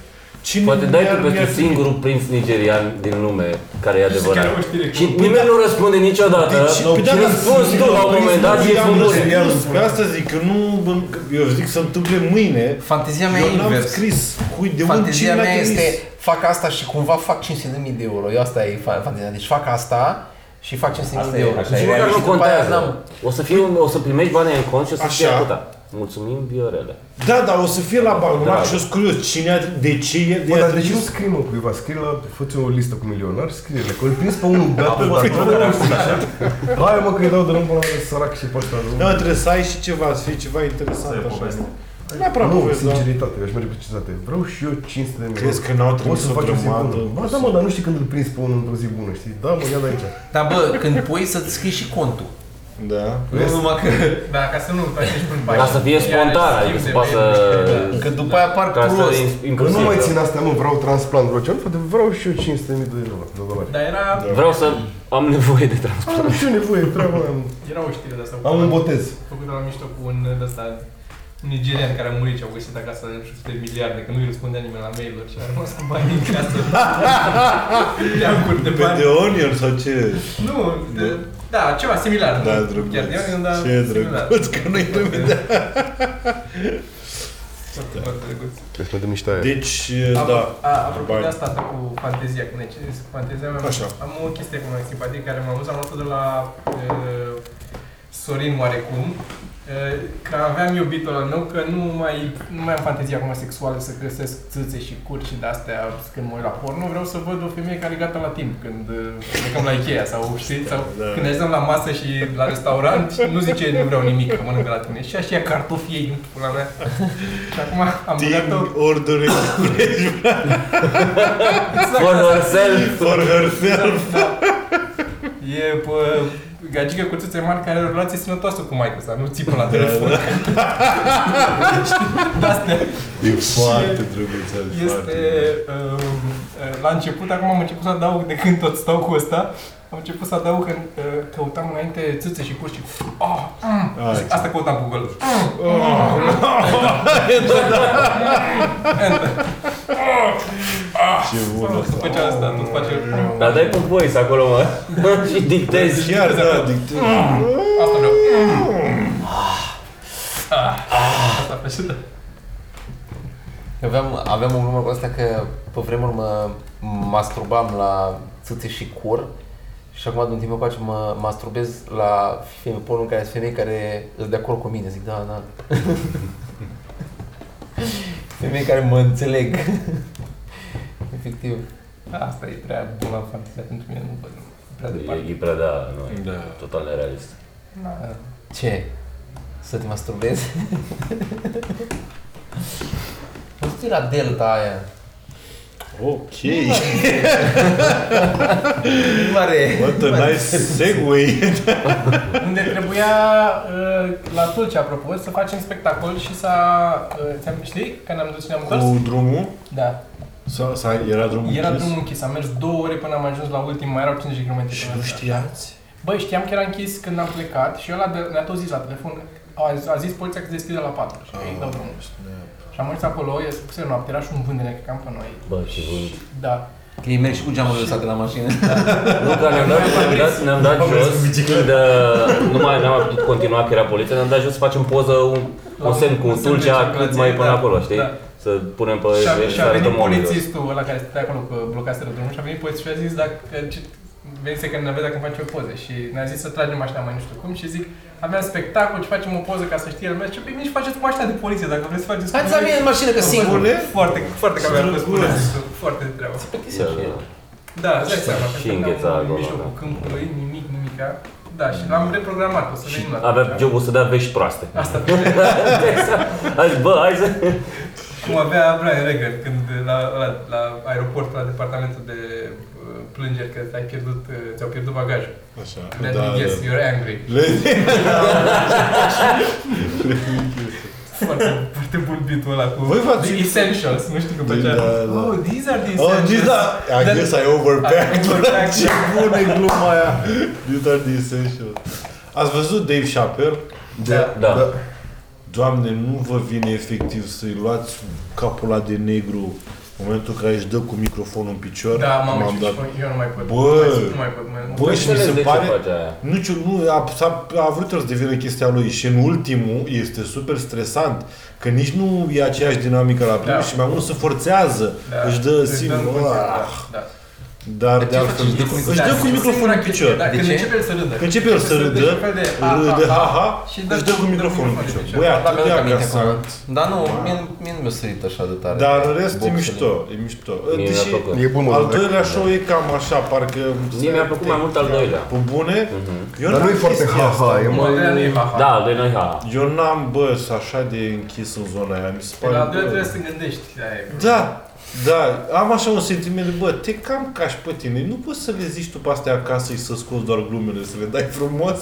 cine
Poate dai
mi-ar-
tu
mi-ar
pentru
fi-
singurul prinț nigerian din lume care e adevărat.
chiar o știre.
Și nimeni nu răspunde niciodată.
Deci,
Și
pe da,
răspuns
dar
tu la un moment dat
Păi,
e
am
frumos.
răspuns, Pe asta zic, că nu, eu zic să întâmple mâine,
Fantezia mea e
eu n-am
invers.
scris cui de unde
Fantezia
cine mi-a
mea
trimis.
este, fac asta și cumva fac 500.000 de euro. Eu asta e fa- fantezia. Deci fac asta și fac 500.000
Asta
de
e,
euro.
așa e.
Și
Nici Deci, măcar
după
nu
aia n-am-
contează. Păi, O să, fii, o să primești banii în cont și o să fie
Așa.
atâta. Mulțumim, Viorele.
Da, dar o să fie la banc,
Da.
da. și eu sunt curios, cine a, de ce e, de
Bă,
a
dar de ce nu
trimis?
scrii, mă, cuiva? Scrii la... Fă-ți o listă cu milionari, scrie-le. Că îl prins pe unul gata, dar
care
nu
am făcut așa.
Hai, mă, că îi dau de rând până la mine, sărac și pe ăsta.
Da, trebuie să ai și ceva, să fie ceva interesant
Să e
așa.
poveste.
Nu aprat
Nu,
poveste, dar...
sinceritate, eu aș merge pe cinstate. Vreau și eu 500 de milioane.
Crezi că n-au
Pot
trimis
să
o
fac o zi
grămadă?
bună. Ba, da, mă, dar nu știi când îl prins pe unul într-o zi bună, știi? Da, mă, ia de aici.
Dar bă, când pui să-ți scrii și contul.
Da.
Nu numai că... Da, ca să nu plătești prin bani.
Ca să fie spontan, adică să poată să...
Că da. după aia apar
Ca să
prost.
Că da. nu mai țin
impulsiv.
astea, mă, vreau transplant, vreau ceva, de- vreau și eu 500 de dolari. De dolari.
Dar era,
Vreau să am nevoie de transport.
Am și eu nevoie, treaba mea.
era o știre de asta.
Am un botez.
făcută la mișto cu un de ăsta un nigerian care a murit și au găsit acasă nu știu câte miliarde, că nu-i răspundea nimeni la mail-uri și a rămas cu banii în casă. Le-am curt de
Pe
bani.
de Onion sau ce?
Nu, de, da, ceva similar.
Da,
nu
drăguț.
Chiar de Onion, dar
Ce
similar. Da.
drăguț, că nu-i lumea.
Foarte, foarte drăguț.
Trebuie să mergem niște aia.
Deci, da.
A, apropo
Bani.
de asta, asta cu fantezia, cu necis, cu fantezia mea,
Așa.
am o chestie cu mai simpatie care m-am dus, am luat-o de la uh, Sorin oarecum, Uh, Că aveam iubitul ăla meu, că nu mai, nu mai am fantezia acum sexuală să crescesc țâțe și curi și de-astea când mă uit la porno, vreau să văd o femeie care e gata la timp, când uh, plecăm la Ikea sau știi, sau da. când ajungem la masă și la restaurant, nu zice nu vreau nimic, că mănânc de la tine. Și așa ia cartofii ei, nu pula mea. și acum am băgat-o...
Team Order Express
Exact,
For yourself.
for herself.
da. E pă, gagică cu țâțe mari care are o relație sănătoasă cu maică sa, nu țipă la telefon. Astea
E foarte drăguț. e foarte
este um, la început, acum am început să adaug de când tot stau cu ăsta, am început să adaug că uh, căutam înainte țâțe și curci. Oh, mm,
Ai,
Și asta căutam pe Google.
drăguț. Ce bun
Tot
asta.
făcea asta, tot face.
Dar dai cu voice acolo, mă. și dictezi.
Chiar da, dictez.
Asta vreau. Ah, Asta face, da.
Aveam, aveam o glumă cu asta că pe vremuri mă masturbam la țâțe și cur și acum de un timp încoace mă masturbez la feme porno în care sunt femei care sunt de acord cu mine. Zic, da, da. femei care mă înțeleg. Efectiv.
Ah, Asta e prea bună fantezia pentru mine, nu văd prea departe.
E, e prea, da, nu, e
Da.
total nerealist.
Da.
Ce? Să te masturbezi? Nu știu la delta aia.
Ok.
Da.
Mare.
What a nice segue.
Unde trebuia uh, la Tulce, apropo, să facem spectacol și să... Uh, ți-am, știi? Că ne-am dus și ne-am întors?
Cu drumul?
Da.
Sau, sau era drumul
Era
închis?
drumul închis, am mers două ore până am ajuns la ultim, mai erau 50 km.
Și nu știați?
Băi, știam că era închis când am plecat și ăla de, ne-a tot zis la telefon, a, zis- a zis poliția că se deschide la 4 și ei dau drumul.
Ah, da.
Și am mers acolo, e spuse noapte, era și un vânt de necăcam pe noi.
Bă, ce bun.
Da.
Că ei merg și cu geamul lăsat de la mașină.
Nu, că ne-am dat, ne-am dat, ne-am dat jos, când uh, nu mai n-am mai putut continua, că era poliția, ne-am dat jos să facem poză, un,
La
un semn cu
Da, un
un
semn de
tulcea cât
circulație,
mai până
da,
acolo, știi?
da.
Să punem pe...
Și a, și
să
a venit
arătăm oamenilor.
polițistul ăla care stătea acolo că blocaseră drumul și a venit polițistul și a zis dacă ce, venise că ne avea dacă facem poze și ne-a zis să tragem așa mai nu știu cum și zic aveam spectacol și facem o poză ca să știe lumea și bine și faceți cu mașina de poliție dacă vreți să faceți cu
Hai să
noi."
în mașină că singur.
Foarte, foarte că mi-a fost
Drăguț.
foarte de treabă.
Da, da.
Da, îți dai seama,
Și
că
îngheța
stăteam în
acolo,
mijlocul
da.
câmpului, nimic, nimica. Da, și l-am reprogramat, o să
Și
venim la Da.
avea jobul să dea vești proaste.
Asta
A zis, bă, hai să...
Cum avea Brian Regan când la, la, la aeroport, la departamentul de uh, plângeri că ai pierdut, uh, ți-au pierdut bagajul.
Așa. Da,
Let me guess, you're angry.
Le-
Foarte, foarte bun beat-ul ăla cu
Voi v-ați-
The Essentials, nu știu cum făcea.
Da, da.
Oh, these are the
Oh,
essentials.
this da. I
That-
guess I overpacked.
I overpacked.
Ce bună e gluma aia. These are the essentials. Ați văzut Dave Chappelle?
Da. da.
Doamne, nu vă vine efectiv să-i luați capul la de negru în momentul în care își dă cu microfonul în picior.
Da, mamă,
M-am
ce-
dat.
eu nu mai pot.
Bă.
Nu mai pot. mă-
Bă, și mi se
Înțeleg de
pare...
ce face aia.
Nu, știu, nu a, s-a, a vrut el să devină chestia lui și în ultimul este super stresant că nici nu e aceeași dinamică la primul
Da. Deci,
da. și mai mult se forțează, da. își dă
își
singur,
în
ah, dar
continuare, da.
de altfel
Își dă cu
își dă cu microfonul în picior.
Da,
De
când
ce?
începe el să râdă.
Că începe el să
Când
râdă,
râde, fel de ha, ha,
râde,
ha,
ha,
Da, și
și
dă
își dă
cu
cu microfonul
microfonul
în
în
picior.
picior.
Dar
Băiatul
mi-aduc
de
aminte
acasă.
acum. Dar nu, mie, mie nu mi-a sărit așa de tare.
Dar în rest e
Boxele.
mișto, e mișto.
Mie mi-a
Deși
plăcut.
E bun, mă,
al
dacă-
doilea show e cam așa, parcă...
Mie mi-a plăcut mai mult al doilea.
Pe bune, eu
Dar nu e
n-am
foarte
chestia asta.
ha-ha, e
Nu, al doilea nu e ha, ha.
Da, al doilea e ha.
Eu n-am, bă, s- așa de închis în zona aia, mi se
Pe
pare...
Păi La al doilea
bă,
trebuie să te gândești. aia e.
Da, da, am așa un sentiment de, bă, te cam cași pe tine, nu poți să le zici tu pe astea acasă și să scoți doar glumele, să le dai frumos.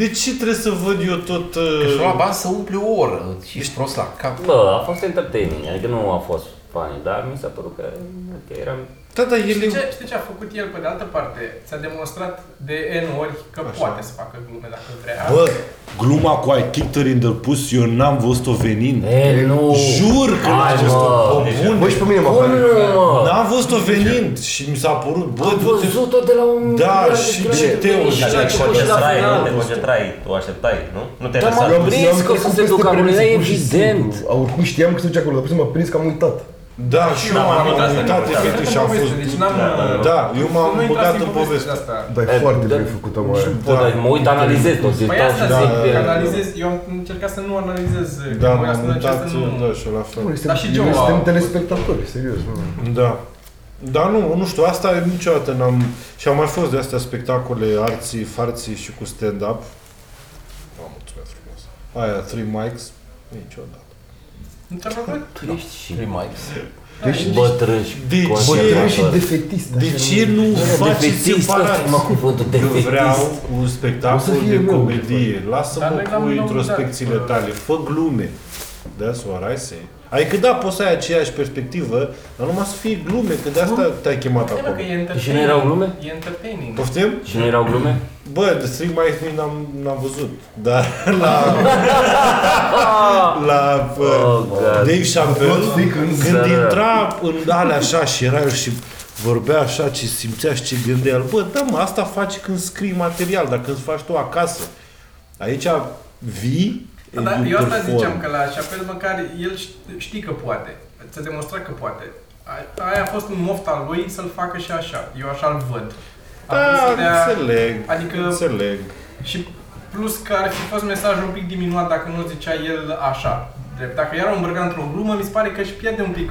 De ce trebuie să văd eu tot...
Și Deci la
Uh...
bani să umpli o oră și ești prost la cap.
Bă, a fost entertaining, adică nu a fost funny, dar mi s-a părut că ok, eram...
Da, da, el
Știi
e...
ce, știi ce a făcut el pe de altă parte? Ți-a demonstrat de N ori că
Așa.
poate să facă glume dacă vrea.
Bă, gluma cu I kicked her in the puss, eu n-am văzut-o venind.
E, nu!
Jur că
Hai,
n-am văzut-o.
mă.
Pe bune.
Bă, și pe mine mă
Bă,
pare.
nu, mă!
N-am văzut-o venind și mi s-a părut, Da, bă,
Am
du-te...
văzut-o de la un...
Da,
miliard de
și
kilometri
ce te
de
uiți?
și ce a
Deci,
Și
făcut
ce
și Deci la
trai,
final.
nu te trai, tu așteptai, nu? Nu te-ai
Dar
lăsat.
m-am
Eu am-
prins
eu am
că o să
trecut
se
peste
ducă acolo,
premise,
era
pur și
evident.
simplu. Oricum știam că se duce acolo, dar pur și simplu m-a prins că am uitat.
Da, și eu
N-am
am
avut asta
uitat
niciodată.
efectiv și am fost...
Deci n-am...
Da, eu
să nu
m-am
intrați
băgat în poveste.
astea.
Dar e
Eh,
foarte
da.
bine făcută, mă.
Bă,
Da.
dar mă uit, analizez tot.
Deci,
zi,
Păi
stau
asta
și
zic,
zic,
că
eh,
analizez, eu am încercat să nu analizez. că
Da,
mă
m-am
uitam la
mutat,
aceasta, nu-
da, și eu la fel.
Bă, suntem-
Dar și Joe
noi
a
Suntem
avut-
telespectatori, serios. mă.
Da. Dar nu, nu știu, asta e niciodată n-am... Și am mai fost de astea spectacole arții, farții și cu stand-up. Vă mulțumesc frumos. Aia, three mics, niciodată.
Nu te-am făcut?
Tu ești și
Remakes.
ești bătrâși.
De
Bă,
Ce?
tu ești și
conservatori.
defetist.
De ce nu faceți
Defetist,
separat?
ăsta mă cuvântul,
Eu
defetist.
vreau un
O
spectacol
să fie
de
meu,
comedie.
Dar
Lasă-mă
noi l-am
cu
inaugurat.
introspecțiile tale. Fă glume. Da, That's what I say. Adică da, poți să ai aceeași perspectivă, dar numai să fie glume, că de asta te-ai chemat
Hai, mă,
acolo.
că e entertaining.
Și nu erau glume?
E entertaining.
Poftim?
Și nu erau glume?
Bă, de Street Mice nici n-am, n-am văzut, dar la, la uh,
Oh, God.
Dave Chappelle, când
Da, da.
intra în alea așa și era el și vorbea așa ce simțea și ce gândea el, bă, da mă, asta faci când scrii material, dar când faci tu acasă. Aici vii,
Da, Dar eu asta
perform.
ziceam că la Chapel măcar el ști- știi că poate. Ți-a demonstrat că poate. A- Aia a fost un moft al lui să-l facă și așa. Eu așa-l văd. A vrut
Da,
să dea-
înțeleg,
Adică
înțeleg.
și plus că ar fi fost mesajul un pic diminuat dacă nu zicea el așa. Drept. Dacă iar o îmbrăca într-o glumă, mi se pare că își pierde un pic.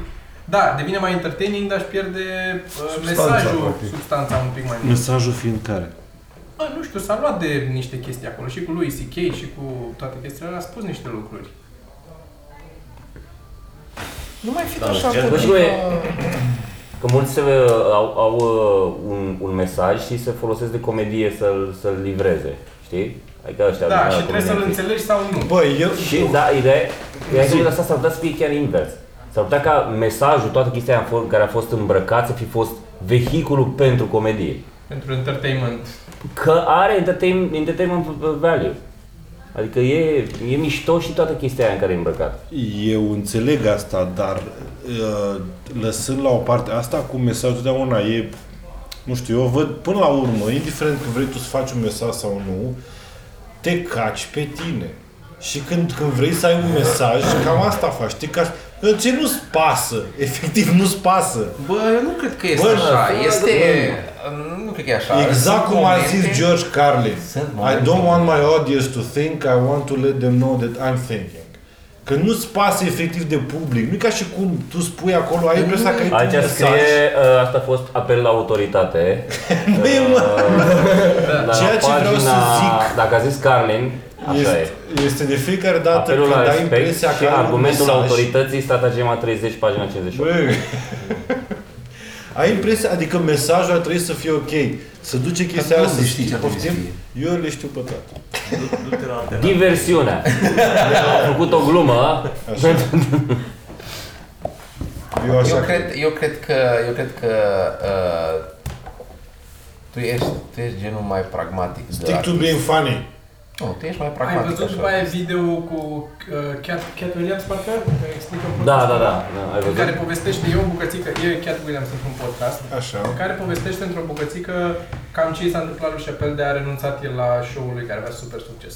Da, devine mai entertaining, dar își pierde uh,
Substanța,
mesajul,
practic.
substanța un pic mai mult.
Mesajul fiind care?
Bă, nu știu, s-a luat de niște chestii acolo și cu lui C.K. și cu toate chestiile alea, a spus niște lucruri. Nu mai fi așa.
Bă, și noi, că mulți se, au, au uh, un, un mesaj și se folosesc de comedie să-l, să-l livreze, știi? Adică ăștia
Da,
adevărat
și trebuie să-l
comedianții.
înțelegi sau nu.
Bă, eu...
Și da, ideea e că asta s-ar putea să fie chiar invers. S-ar putea ca mesajul, toată chestia aia în fo- care a fost îmbrăcat să fi fost vehiculul pentru comedie.
Pentru entertainment.
Că are entertainment, entertainment value. Adică e, e mișto și toată chestia aia în care e îmbrăcat.
Eu înțeleg asta, dar uh, lăsând la o parte asta cu mesajul de una e, nu știu, eu văd până la urmă, indiferent că vrei tu să faci un mesaj sau nu, te caci pe tine. Și când, când vrei să ai un mesaj, cam asta faci, te caci. Că ce nu-ți pasă, efectiv nu-ți pasă.
Bă, eu nu cred că este
Bă,
așa.
bă,
Este...
bă.
Nu cred că e așa.
Exact
Sunt
cum a
momente-
zis George Carlin.
Sunt
I
momente-
don't want my audience to think, I want to let them know that I'm thinking. Că nu-ți pasă efectiv de public. Nu e ca și cum tu spui acolo, ai impresia că ai
Aici
tu un
scrie,
mesaj.
uh, asta a fost apel la autoritate.
Nu e, mă.
La
Da. Ceea ce vreau să zic-
Dacă a zis Carlin, așa e.
Este, este de fiecare dată
Apelul
când
la
ai
respect
impresia
și
că ai un
argumentul
mesaj.
autorității, stratagema 30, pagina 58.
Bă. Ai impresia, adică mesajul ar trebui să fie ok. Să duce chestia
Dar
aia
tu
să
le știi
știi,
ce ar trebui
poftim?
să
Eu le știu pe toate.
Diversiunea. Am făcut o glumă.
Eu așa
Eu cred, eu cred că, eu cred că uh, tu, ești, tu ești genul mai pragmatic. de
Stick to
artist.
being funny.
Nu, tu ești mai
Ai
pragmatic.
văzut
așa.
după aia video cu uh, Cat, Cat Williams, parcă? Care explică
Da,
povestea?
da, da. da ai
În care
văzut?
povestește eu o bucățică, e Cat Williams într-un podcast, în
Așa.
care povestește într-o bucățică cam ce i s-a întâmplat lui Chappelle de a renunțat el la show-ul lui care avea super succes.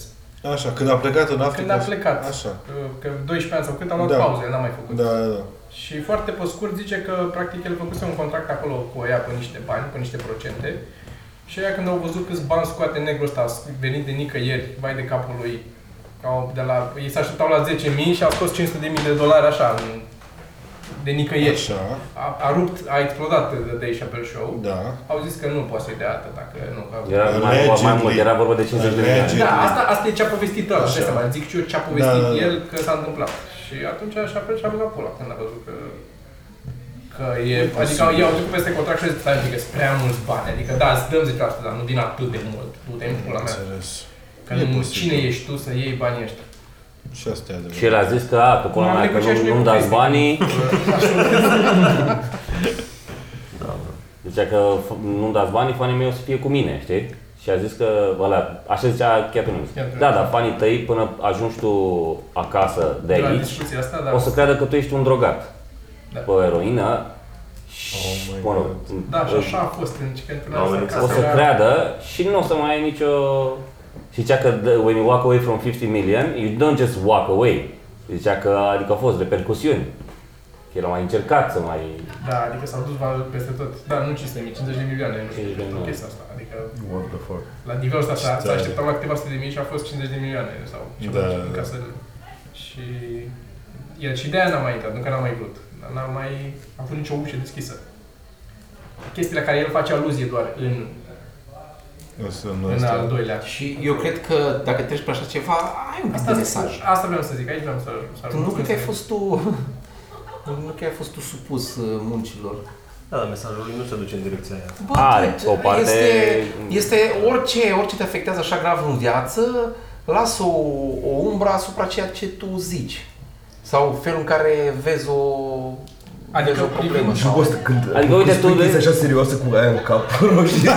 Așa, când a plecat în Africa.
Când a plecat, uh,
Așa.
că- că 12 ani sau cât a luat
Da.
pauze, el n-a mai făcut.
Da, da, da.
Și foarte pe scurt zice că practic el făcuse un contract acolo cu ea cu niște bani, cu niște procente. Și ea când au văzut câți bani scoate negru ăsta, venit de nicăieri, vai de capul lui, au de la, ei se așteptau la 10.000 și a scos 500.000 de dolari așa, în- de nicăieri.
Așa,
A, a rupt, a explodat The Dave Chappelle Show.
da.
Au zis că nu poate să-i dea atât, dacă nu.
Era mai, mult- mai mult, era vorba de 50 de milioane.
Allegedly.
Da, asta, asta e ce a povestit ăla,
Așa.
așa. Mai zic și eu ce a povestit
Da, da,
da,
da.
el că s-a întâmplat. Și atunci așa fel și-a băgat pula când a văzut că că e, adică
posibil.
eu au trecut peste contract și au zis, stai, adică sunt prea mulți bani, adică da, îți dăm 10%, dar nu din atât de mult, du-te în pula mea,
Înțeles.
că
E
nu,
posibil.
cine ești tu să iei banii ăștia? Păi,
Și asta e adevărat.
Și el a zis că, a, că până
M-am
mea, că
negociat și
nu,
eu
nu-mi
cu
dați
Cristi.
banii.
Așa,
Zicea că f- nu-mi dați banii, fanii mei o să fie cu mine, știi? Și a zis că, ăla, așa zicea chiar pe
Chiar pe
Da, da, fanii tăi până ajungi tu acasă de
la
aici,
discuția asta,
Da. o
dar
să creadă că tu ești un drogat
Da.
pe eroină și,
Oh my
mă rog, Da.
da, și așa a fost, deci când până
Au
la
venit
asta
o să
acasă era-
creadă și nu o să mai ai nicio... Și zicea că the- when you walk away from 50 million, you don't just walk away. Zicea că adică au fost repercusiuni. Că el a mai încercat să mai...
Da, adică s-au dus val peste tot. Da, nu 500 de mii, 50 de milioane. Nu
50 de
știu,
milioane.
chestia asta. Adică
What the fuck?
la nivelul ăsta s-a,
Ce
s-a așteptat la câteva sute de mii și a fost 50 de milioane sau ceva
Da.
în casă. Și... El și de aia n-a mai intrat, nu că n-a mai vrut. Dar N-a mai avut nicio ușă deschisă. Chestia la care el face aluzie doar în,
Da.
Înseamnă
în al
asta.
doilea.
Și eu cred că dacă treci pe așa ceva, ai un pic de
Asta,
mesaj.
asta vreau să zic, aici vreau să... să
Tu nu
ajung.
cred că ai fost tu... Nu cred că ai fost tu supus uh, muncilor.
Da, dar mesajul lui nu se duce în direcția aia.
Bă,
Are
deci,
o parte-
Este, este orice, orice te afectează așa grav în viață, lasă o, o umbră asupra ceea ce tu zici. Sau felul în care vezi o,
Adică
vezi o problemă.
Și cu
Sau...
asta când
Adică, uite,
când spui
tu de-
chestia așa serioasă cu aia în cap roșie.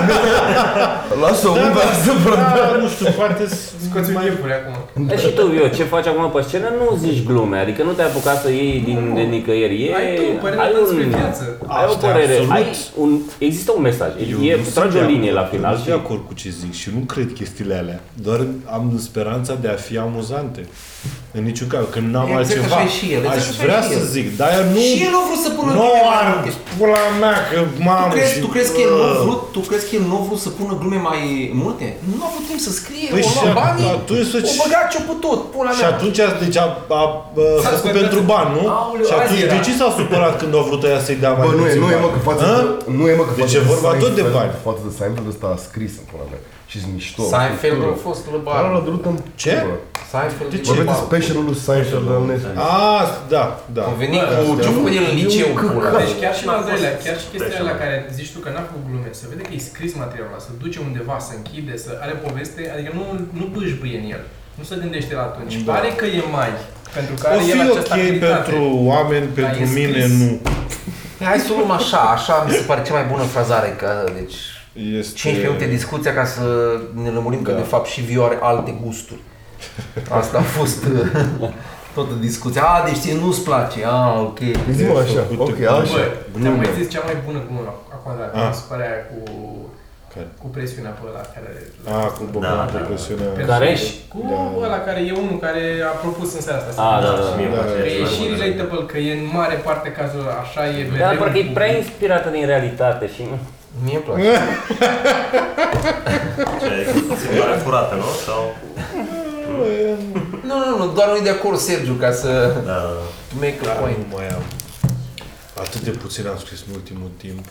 Lasă-o
Da,
umbră asupra.
Da, nu știu, foarte... s-
Scoți un iepure acum.
Da.
Dar Deci și tu, eu, ce faci acum pe scenă, nu zici glume, adică nu te-ai apucat să iei din, de nicăieri. E,
Ai tu o părere despre viață.
Ai o
Asta e
părere,
absolut.
ai un, există un mesaj,
Eu
e,
nu sunt
tragi
de
o
acord,
linie la
eu
final
Nu sunt
și
de acord cu ce zic și nu cred chestiile alea. Doar am speranța de a fi amuzante. În niciun caz, când n-am
Exact
altceva.
așa e și el, exact
aș
așa e
vrea
și
să
el.
zic, dar eu nu...
Și el a vrut să pună
nu
glume mai
ar
multe.
pula mea, că mamă
Tu crezi,
și-
tu crezi că el nu a vrut, tu crezi că el nu a vrut să pună glume mai multe? Nu a avut timp să scrie,
Păi
o
și
luat banii,
atunci să-
o băgat ce-o putut, pula
Și
mea.
atunci, deci, a, a, a făcut
speriat.
pentru bani, nu?
Aoleu,
și atunci,
azi era.
de ce s-a supărat când a vrut ea să-i dea mai
Bă, nu e,
puțin
nu e mă
bani?
că față
Hă?
de, nu e mă că
Deci
față
e vorba tot de
Seinfeld-
bani.
Față de Seinfeld ăsta a scris în pula mea. Și sunt mișto.
Seinfeld
cultură.
a fost
Dar
lăbar.
ăla l-a durut în
Ce?
pulă.
Seinfeld
De
e
ce?
Vorbim de
lăbar.
specialul lui Seinfeld al Netflix.
A, da, da.
Am venit cu ce-a făcut el în liceu, pula mea.
Deci chiar și la al doilea, chiar
Deci
și chestiile la care zici tu că n-a făcut glume, se vede că e scris materialul ăla, se duce undeva, se închide, să are poveste, adică nu, nu bâșbâie în el. Nu se gândește la atunci. Da. Pare că e mai, pentru că
O
are el
fi
această
ok
abilitate.
pentru oameni, pentru
e scris.
mine nu.
Deci, Hai să o luăm așa, așa mi se pare cea mai bună frazare, că deci 5
Este...
minute discuția ca să ne lămurim
Da.
că de fapt și Viu are alte gusturi. Asta a fost uh, toată discuția. A, deci ție nu-ți place. A, ok.
Zi-mă așa,
făcut
ok,
de-
așa.
Bă, ți-am
Glume.
mai zis cea mai bună glumă la- acum, dar
Ah.
mi se pare aia cu,
Care? Ah,
cu presiunea pe ăla care...
A, cu
Da,
Bogdan,
da,
cu
da.
presiunea.
care
Cu
Da.
ăla care e unul care a propus în seara asta. să
A, da,
facem.
da, da.
Mie îmi
Da,
place Deci,
Că e
mai
și
mult.
relatable, că e în mare parte cazul așa, e
Dar
mereu
Da, parcă e
cu-
prea inspirată din realitate și...
Mie îmi
Eh.
place.
Ce, simulare furată, nu? Sau...
Nu, nu, nu, doar nu-i de acord, Sergiu, ca să
Da, da, da.
to make a
Da,
point.
nu mai am. Atât de puțin am scris în ultimul timp.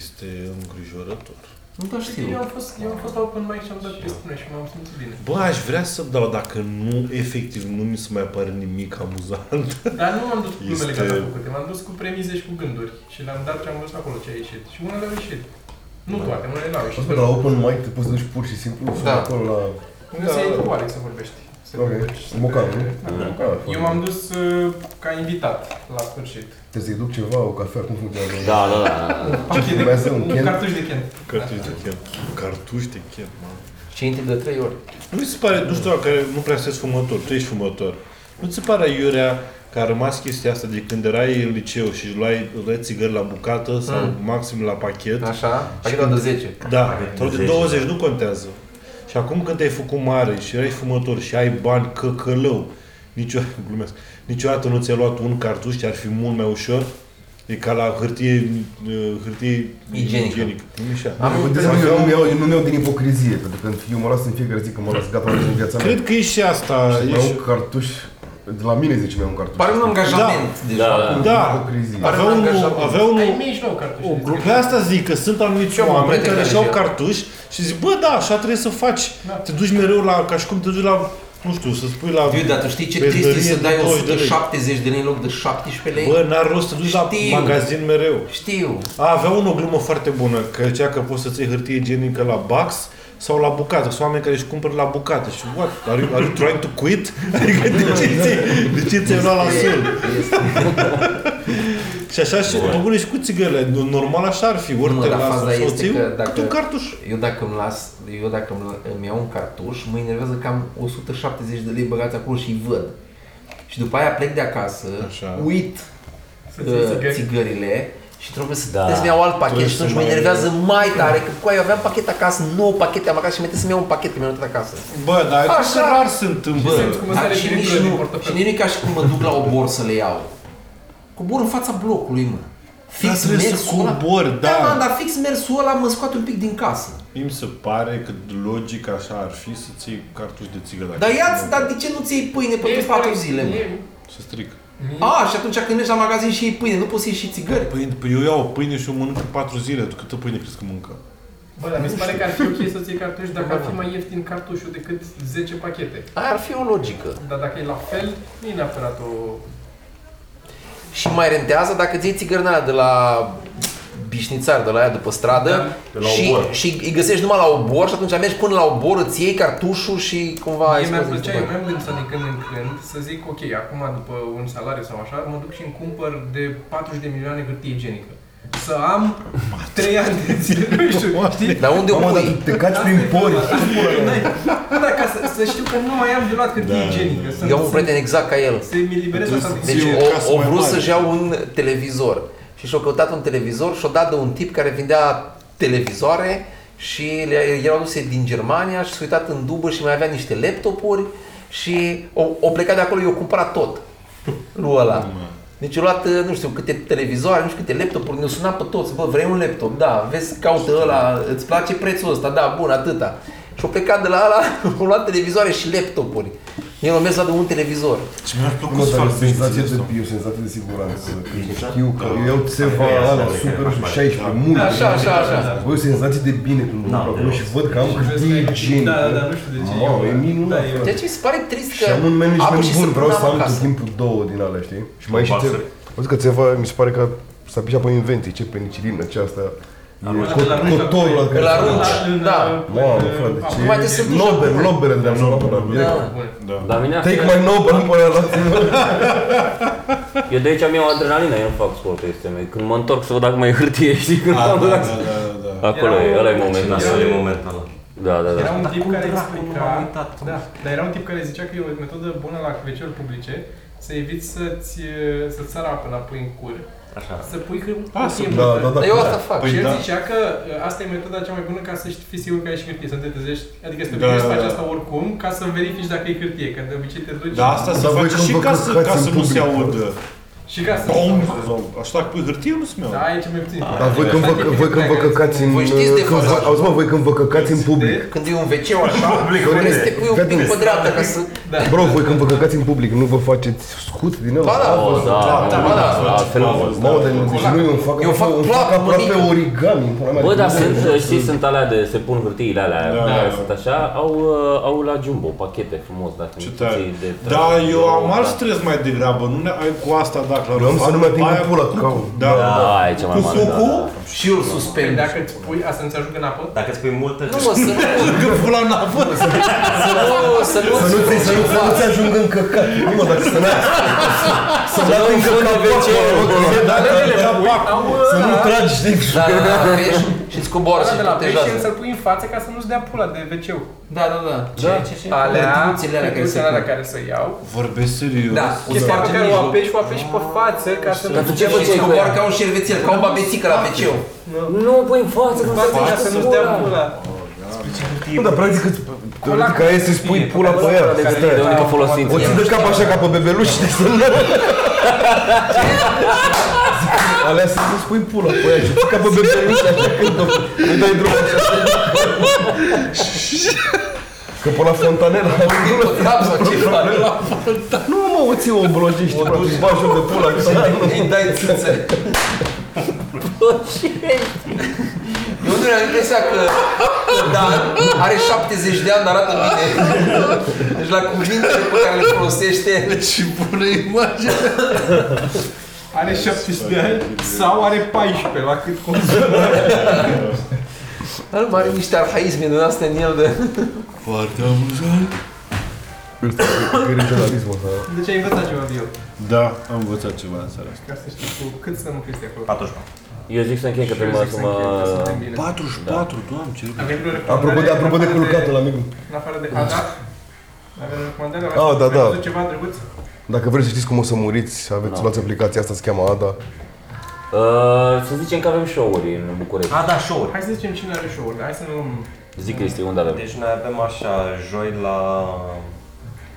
Este îngrijorător.
Nu, dar
Eu
știu.
am fost, eu am fost open mic și am dat peste noi și m-am simțit bine.
Bă, aș vrea să dau, dacă nu, efectiv, nu mi se mai pare nimic amuzant.
Dar nu m-am dus cu numele
Este-
este... gata făcute, m-am dus cu premize și cu gânduri și le-am dat și am văzut acolo ce a ieșit. Și unele au ieșit. Nu
Da.
toate, unele n-au ieșit.
Bă, la open mic te poți să duci pur și simplu să
Da.
acolo la...
Nu se
Da.
iei tu, Alex, să vorbești. Să
Da. Ok,
vorbești.
mocar, nu?
Da.
Ah,
Eu m-am dus uh, ca invitat la sfârșit.
Trebuie să-i duc ceva, o cafea, cum funcționează?
Da, da, da.
Pachet
urmează,
de,
un
un
Ken?
cartuș de Ken.
Cartuși de chem. Cartuși de chem, mă.
Și intri de 3 ori.
Nu mi se pare, nu știu, care nu prea sunteți fumător, tu ești fumător. Nu ți se pare aiurea că a rămas chestia asta de când erai în liceu și luai, luai țigări la bucată sau maxim la pachet?
Așa? Pachetul de 10.
Da, sau de 20, nu contează. Și acum când te-ai făcut mare și erai fumător și ai bani căcălău, nicio, glumesc, niciodată nu ți-ai luat un cartuș și ar fi mult mai ușor? E ca la hârtie, uh, hârtie
Igienică.
igienică. Nu-i așa.
Mă gândesc că Păi eu nu-mi iau, eu nu-mi iau din ipocrizie, pentru că eu mă las în fiecare zi că mă las gata în viața mea.
Cred că e și asta.
Și
E
mai
și...
un cartuș, de la mine zice mai un cartuș.
Pare un angajament
Deci,
Da,
deja.
da.
Da,
Ipocrizie.
Pare
avea
un
unul,
angajament.
avea
Ai
unul,
mei și nou cartuș.
o grupă, pe asta zic că sunt anumiți
Și eu am un
oameni
prieten
care
care
și-au
și eu.
cartuș și zic, bă, da, așa trebuie să faci. Te duci mereu la, ca și cum te duci la, nu știu, să spui la...
Viu, dar tu știi ce
pe
trist e
dărie
să
de
dai
20 de lei.
170 de lei în loc de 17 lei?
Bă, n-ar rost să te duci la
Știu.
magazin mereu.
Știu.
A, avea unul o glumă foarte bună, că zicea că poți să-ți iei hârtie igienică la Bax sau la bucată. Sunt oameni care își cumpără la bucată și what? Are you, are you trying to quit? Adică de ce ți-ai, de ce ți-ai luat la sol? Și așa și băgune și cu țigările. Normal așa ar fi. Ori
Mă,
te
dar
lasă
faza este
soțiu,
că
cât
dacă-
un cartuș.
Eu dacă îmi las, eu dacă îmi, îmi iau un cartuș, mă enervează că am 170 de lei băgați acolo și îi văd. Și după aia plec de acasă,
Așa.
uit
Să-ți iei
uh,
țigări.
țigările și trebuie să
Da.
da. să-mi iau alt pachet
Trebuie
și atunci
să
mă
mai-
enervează mai tare că cu aia eu aveam pachet acasă, 9 pachete am acasă și mi trebuie să-mi iau un pachet că mi-am dat acasă.
Bă, dar
Așa.
așa rar se întâmplă.
Simți cum îți
Dar
are
și nici
piritură din
nu,
portofel.
și nici nu e ca și cum mă duc la o borsă să le iau. Cobor în fața blocului, mă. Fix
trebuie să
mersul ăla...
cobor,
Da,
da.
mă, dar fix mersul ăla mă scoate un pic din casă.
Mi se pare că logic așa ar fi să-ți iei cartuși de țigară. dacă
Dar ia
nu-
dar de ce nu-ți iei pâine pentru
E
4
pare-
zile, mă?
e-
Să stric.
A, și atunci când ești la magazin și iei pâine, nu poți să iei și țigări.
Pâine, păi eu iau pâine și o mănânc în 4 zile. Tu câtă pâine crezi că mănâncă?
Bă, dar mi se pare că ar fi ok să-ți iei cartuși
Da,
dacă ar fi mai ieftin cartușul decât 10 pachete.
Aia ar fi o logică.
Dar dacă e la fel, nu e neapărat o...
Și mai rentează dacă îți iei țigărnarea de la bișnițar de la aia după
Da.
stradă
De la
și,
obor.
și îi găsești numai la obor și atunci mergi până la obor, îți iei cartușul și cumva ai
Mie mi-ar
scos
plăcea,
din
eu
bani.
mi-am gândit să din când în când să zic, ok, acum după un salariu sau așa, mă duc și îmi cumpăr de 40 de milioane hârtie igienică. Să am 3 ani de zile, nu știu, știi?
Dar unde o
Mamă, dar
pui?
tu te caci prin pori.
Da, da, ca să, să știu că nu mai am de luat hârtie da, igienică. Să,
Eu am un prieten exact ca el.
Să mi eliberez asta.
Deci
Ție, casă
o, o
mai
vrut
mare.
să-și ia un televizor și și-a căutat un televizor și-a dat de un tip care vindea televizoare și le erau duse din Germania și s-a uitat în dubă și mai avea niște laptopuri și o, o plecat de acolo, i-o cumpărat tot lui ăla. Deci a luat, nu știu, câte televizoare, nu știu câte laptopuri, ne-au sunat pe toți, bă, vrei un laptop, da, vezi, caută ăla, îți place prețul ăsta, da, bun, atâta. Și-a plecat de la ăla, a luat televizoare și laptopuri. El a mers la de un televizor.
Și mi-ar plăcut
Nu,
să
dar e
fac
o senzație
senzație
de, e o senzație de siguranță. Că știu că eu iau țeva ala super și 16, mult.
Da,
Așa, așa, așa.
Bă, e o senzație de bine când mă duc acolo și văd că am hârtie igienică.
Da, da, da, nu știu de ce.
Mamă, e minunat,
Da, e-
frate.
Deci mi se pare trist că
Și am un
apuci
management
și
bun,
să
vreau
pun
să
apă
am
acasă.
tot timpul două din alea, știi? Și mai e și
Basuri.
țeva. Mă zic că țeva mi se pare că s-a pișat pe invenții, ce penicilină, ce asta. E
de la
cot-
noi,
Cotorul ăla care...
Îl arunci.
în,
Da.
uh,
Mamă,
în-
frate,
acum
ce...
mai trebuie să-l duci
Nobel,
acolo.
Nobel, de-am
Da.
luat
Dar mine
Take my Nobel, am până la
Eu de aici am eu adrenalina, eu nu fac sport este meu. Când mă întorc să văd dacă mai e hârtie, știi, când
Da,
am
da,
da,
da, da, da.
Acolo
Era
e, ăla e
un-
momentul.
Nasul e momentul ăla.
Da, da,
Era
da.
un
Dar
tip
cum
care
dracu, m-am
explica,
uitat, mă.
da, dar era un tip care zicea că e o metodă bună la veciori publice să eviți să-ți, să-ți sară apă înapoi în cur,
Așa.
să pui hâr-
Ah, să-
hârtie
Da,
multă.
da, da.
Dar eu asta fac.
Păi
Și el
da.
zicea că uh, asta e metoda cea mai bună ca să știi- fii sigur că ai și hârtie, să te trezești, adică să te
Da,
obișnuiești
da,
să faci
da.
asta oricum, ca să verifici dacă e hârtie, că de obicei te duci
Da, asta se
Dar voi
face
când
și
vă
ca să,
călcați
ca
în
să nu se
public,
audă.
și ca să...
Bom! Așa dacă pui hârtie, nu se mi
Da, e cel mai puțin. Adică
Dar voi când vă, voi când vă căcați în... uh,
Voi știți de
când
fapt.
vă- Auzi mă, voi când vă căcați în public.
Când e un wc așa, trebuie să te pui un
Fii
pic
atent.
pe dreapta ca să...
da.
Bro, voi când vă căcați în public, nu vă faceți scut din ăla?
Ba da,
O, da,
da, ba da.
da, altfel nu văd.
Mamă, dar deci nu, eu îmi fac,
Eu fac
îmi
plapă,
aproape
mămică.
origami. pula mea,
Bă,
de
dar
bine.
sunt, uh, știi, sunt alea de, se pun hârtiile alea,
Da.
da, alea sunt așa, au, uh, au la Jumbo pachete frumos, dacă
Ce
nu
tare.
ții de
Da, eu am alt
mars.
stres mai degrabă, nu ne ai cu asta dacă la
Eu am
rost.
să nu mai ating
Aia
în pula,
cu-
cau.
Da,
Da, aia e cea mai
Cu
mare. da,
sucul?
da.
Și eu îl
Păi
suspend.
dacă îți pui, asta nu-ți ajungă în apă?
Dacă îți pui multă,
Nu mă, să nu,
Că pula n-a fost.
Da, să nu,
Să nu ți să nu, să nu ți ajungă în căcat. Nu mă, dacă să nu să nu ating în căcat.
Da,
Să nu tragi, știi?
Da, da, da, da, ești și îți coboară
Ăla
și
de la pești și el
protejează.
să-l pui în față ca să nu-ți dea pula de wc
Da, da, da.
Da. Ce, ce, ce?
Alea,
Cărtuțele alea care se
cărtuțele alea
pun.
care se iau.
Vorbesc serios.
Da.
Chestia pe care o apeși, o apeși pe față ca să
Dar tu ce faci? Da. Coboară ca un șervețel, ca o babețică la wc
Nu, pui în față, că nu
față ca să
se
nu-ți dea pula.
Nu, dar practic îți... Teoretic aia e să-i spui pula pe ea.
De de unică folosință.
O ții de cap așa ca pe bebeluș, știi? Să nu... Alea să nu spui pula pe ea și ții ca pe bebeluș așa când o... Îi dai drumul așa. Că pe la fontanela...
Cap sau Da, ce faci?
Nu mă, o ții o blojești. O duci bajul de pula.
Îi dai țâțe. Eu nu am impresia că Dan are 70 de ani, dar arată bine. Deci la cuvintele pe care le folosește...
Și pune imagine.
Are 70 de ani sau are 14, la cât cum
Dar nu, are niște arhaisme din astea în el de...
Foarte amuzant.
Că e regionalismul ăsta.
Deci ai învățat ceva de el,
Da, am învățat ceva în seara asta.
ca să știi tu cât să nu crești acolo.
44.
Eu zic să închei, că
Eu
prima
zic
să
să încheiem, ca să
mă...
stăm bine.
44, doamne, ce...
Avem vreo recomandare
Apropo de, apropo de
în afară
culcatul la micu.
În afară de a, da? Avem recomandare?
Ah, da,
Mai
da.
văzut ceva drăguț?
Dacă vreți să știți cum o să muriți, aveți, luați aplicația asta, se cheamă ADA.
Uh, Să zicem că avem show-uri în București.
A, da, show
Hai să zicem cine are show-uri, da? hai să nu luăm...
Zic Cristi, unde avem?
Deci noi avem așa, joi la...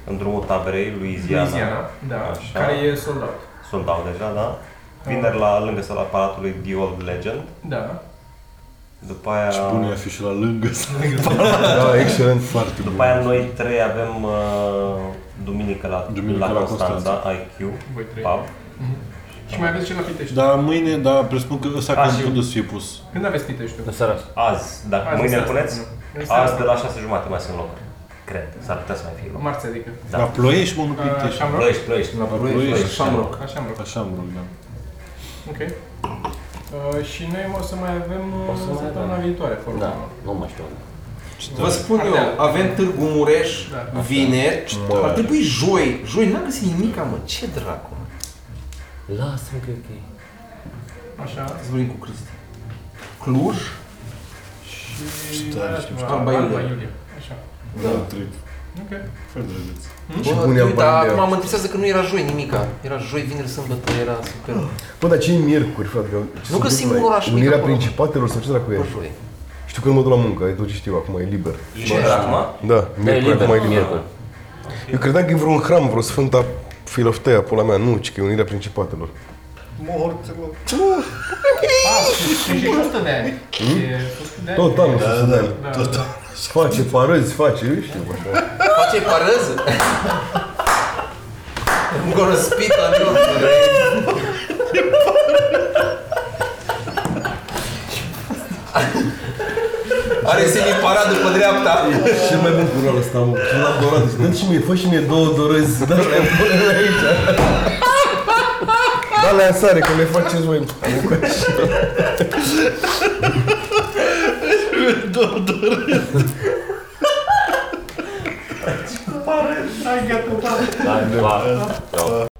În drumul taberei, Louisiana.
Louisiana, da,
Așa.
care e sold out.
Sold out deja, da?
vineri la lângă sala aparatului The Old Legend.
Da.
După aia,
Și pune afișul la lângă.
Da, excelent.
Foarte
după aia noi trei avem uh, duminică la,
Duminică
la,
la
Constanța, IQ,
Voi trei.
pub.
Și mai aveți și la Pitești.
Dar mâine, dar presupun că ăsta
A,
când
și-
când o să fie pus.
Când aveți Piteștiul?
În seara asta.
Azi, dacă
Azi
mâine îl
este
puneți,
asta, nu? Este
azi da.
asta.
de la 6 jumate mai sunt locuri. Cred, s-ar putea să mai fie locuri.
Marți, adică.
Da.
Dar ploiești, mă, nu
A,
pitești.
Așa am
Ploiești, ploiești.
La
Ploiești.
Ploiești, așa am loc.
Așa am rog.
Așa mă rog, da.
Ok. Uh, și noi o să mai avem uh,
O să mai
săptămâna
avem.
viitoare, formă.
Da, nu mai știu.
Vă spun eu, avem Târgu Mureș,
Da.
vineri,
Bă.
ar trebui joi. Joi n-am găsit nimic, mă, ce dracu, mă.
Lasă-mi că e ok.
Așa.
Să vorbim cu Cristi. Cluj,
Și
Ce
mai
tare,
era
ce
ceva.
mișto. Alba Iulia.
Așa.
Da, trip.
Ok.
Foarte drăguț.
Ce
Bă,
bun e
uite,
Alba Iulia.
acum mă interesează că nu era joi nimica. Era joi, vineri, sâmbătă, era super.
Bă, dar ce e miercuri, frate? Că- ce se
că
întâmplă
singur
aici?
oraș mic
Unirea
acolo.
principatelor sau ce dracu e?
Bă, joi.
Știu că nu mă duc la muncă, e tot ce știu acum, e liber.
Ești acum?
Da,
Da, e
miercuri
liber,
acum e liber.
miercuri.
Eu credeam că e vreun hram, vreo sfânta filoftea, pula mea, nu, ci că e unirea principatelor.
Morților.
Ah, și- și și 100 de ani. E 100 de ani.
Tot anul să se dea.
Da.
Face parăzi, face, eu știu, bă.
Face parăză? Un gorospit la noi. Are semiparat după dreapta.
Cel mai bun plural ăsta, mă, și la dorăzi. Dă și mie, fă și mie două dorăzi, da, le pune aici. Da, le sare, că le faceți voi.
Da, da. da.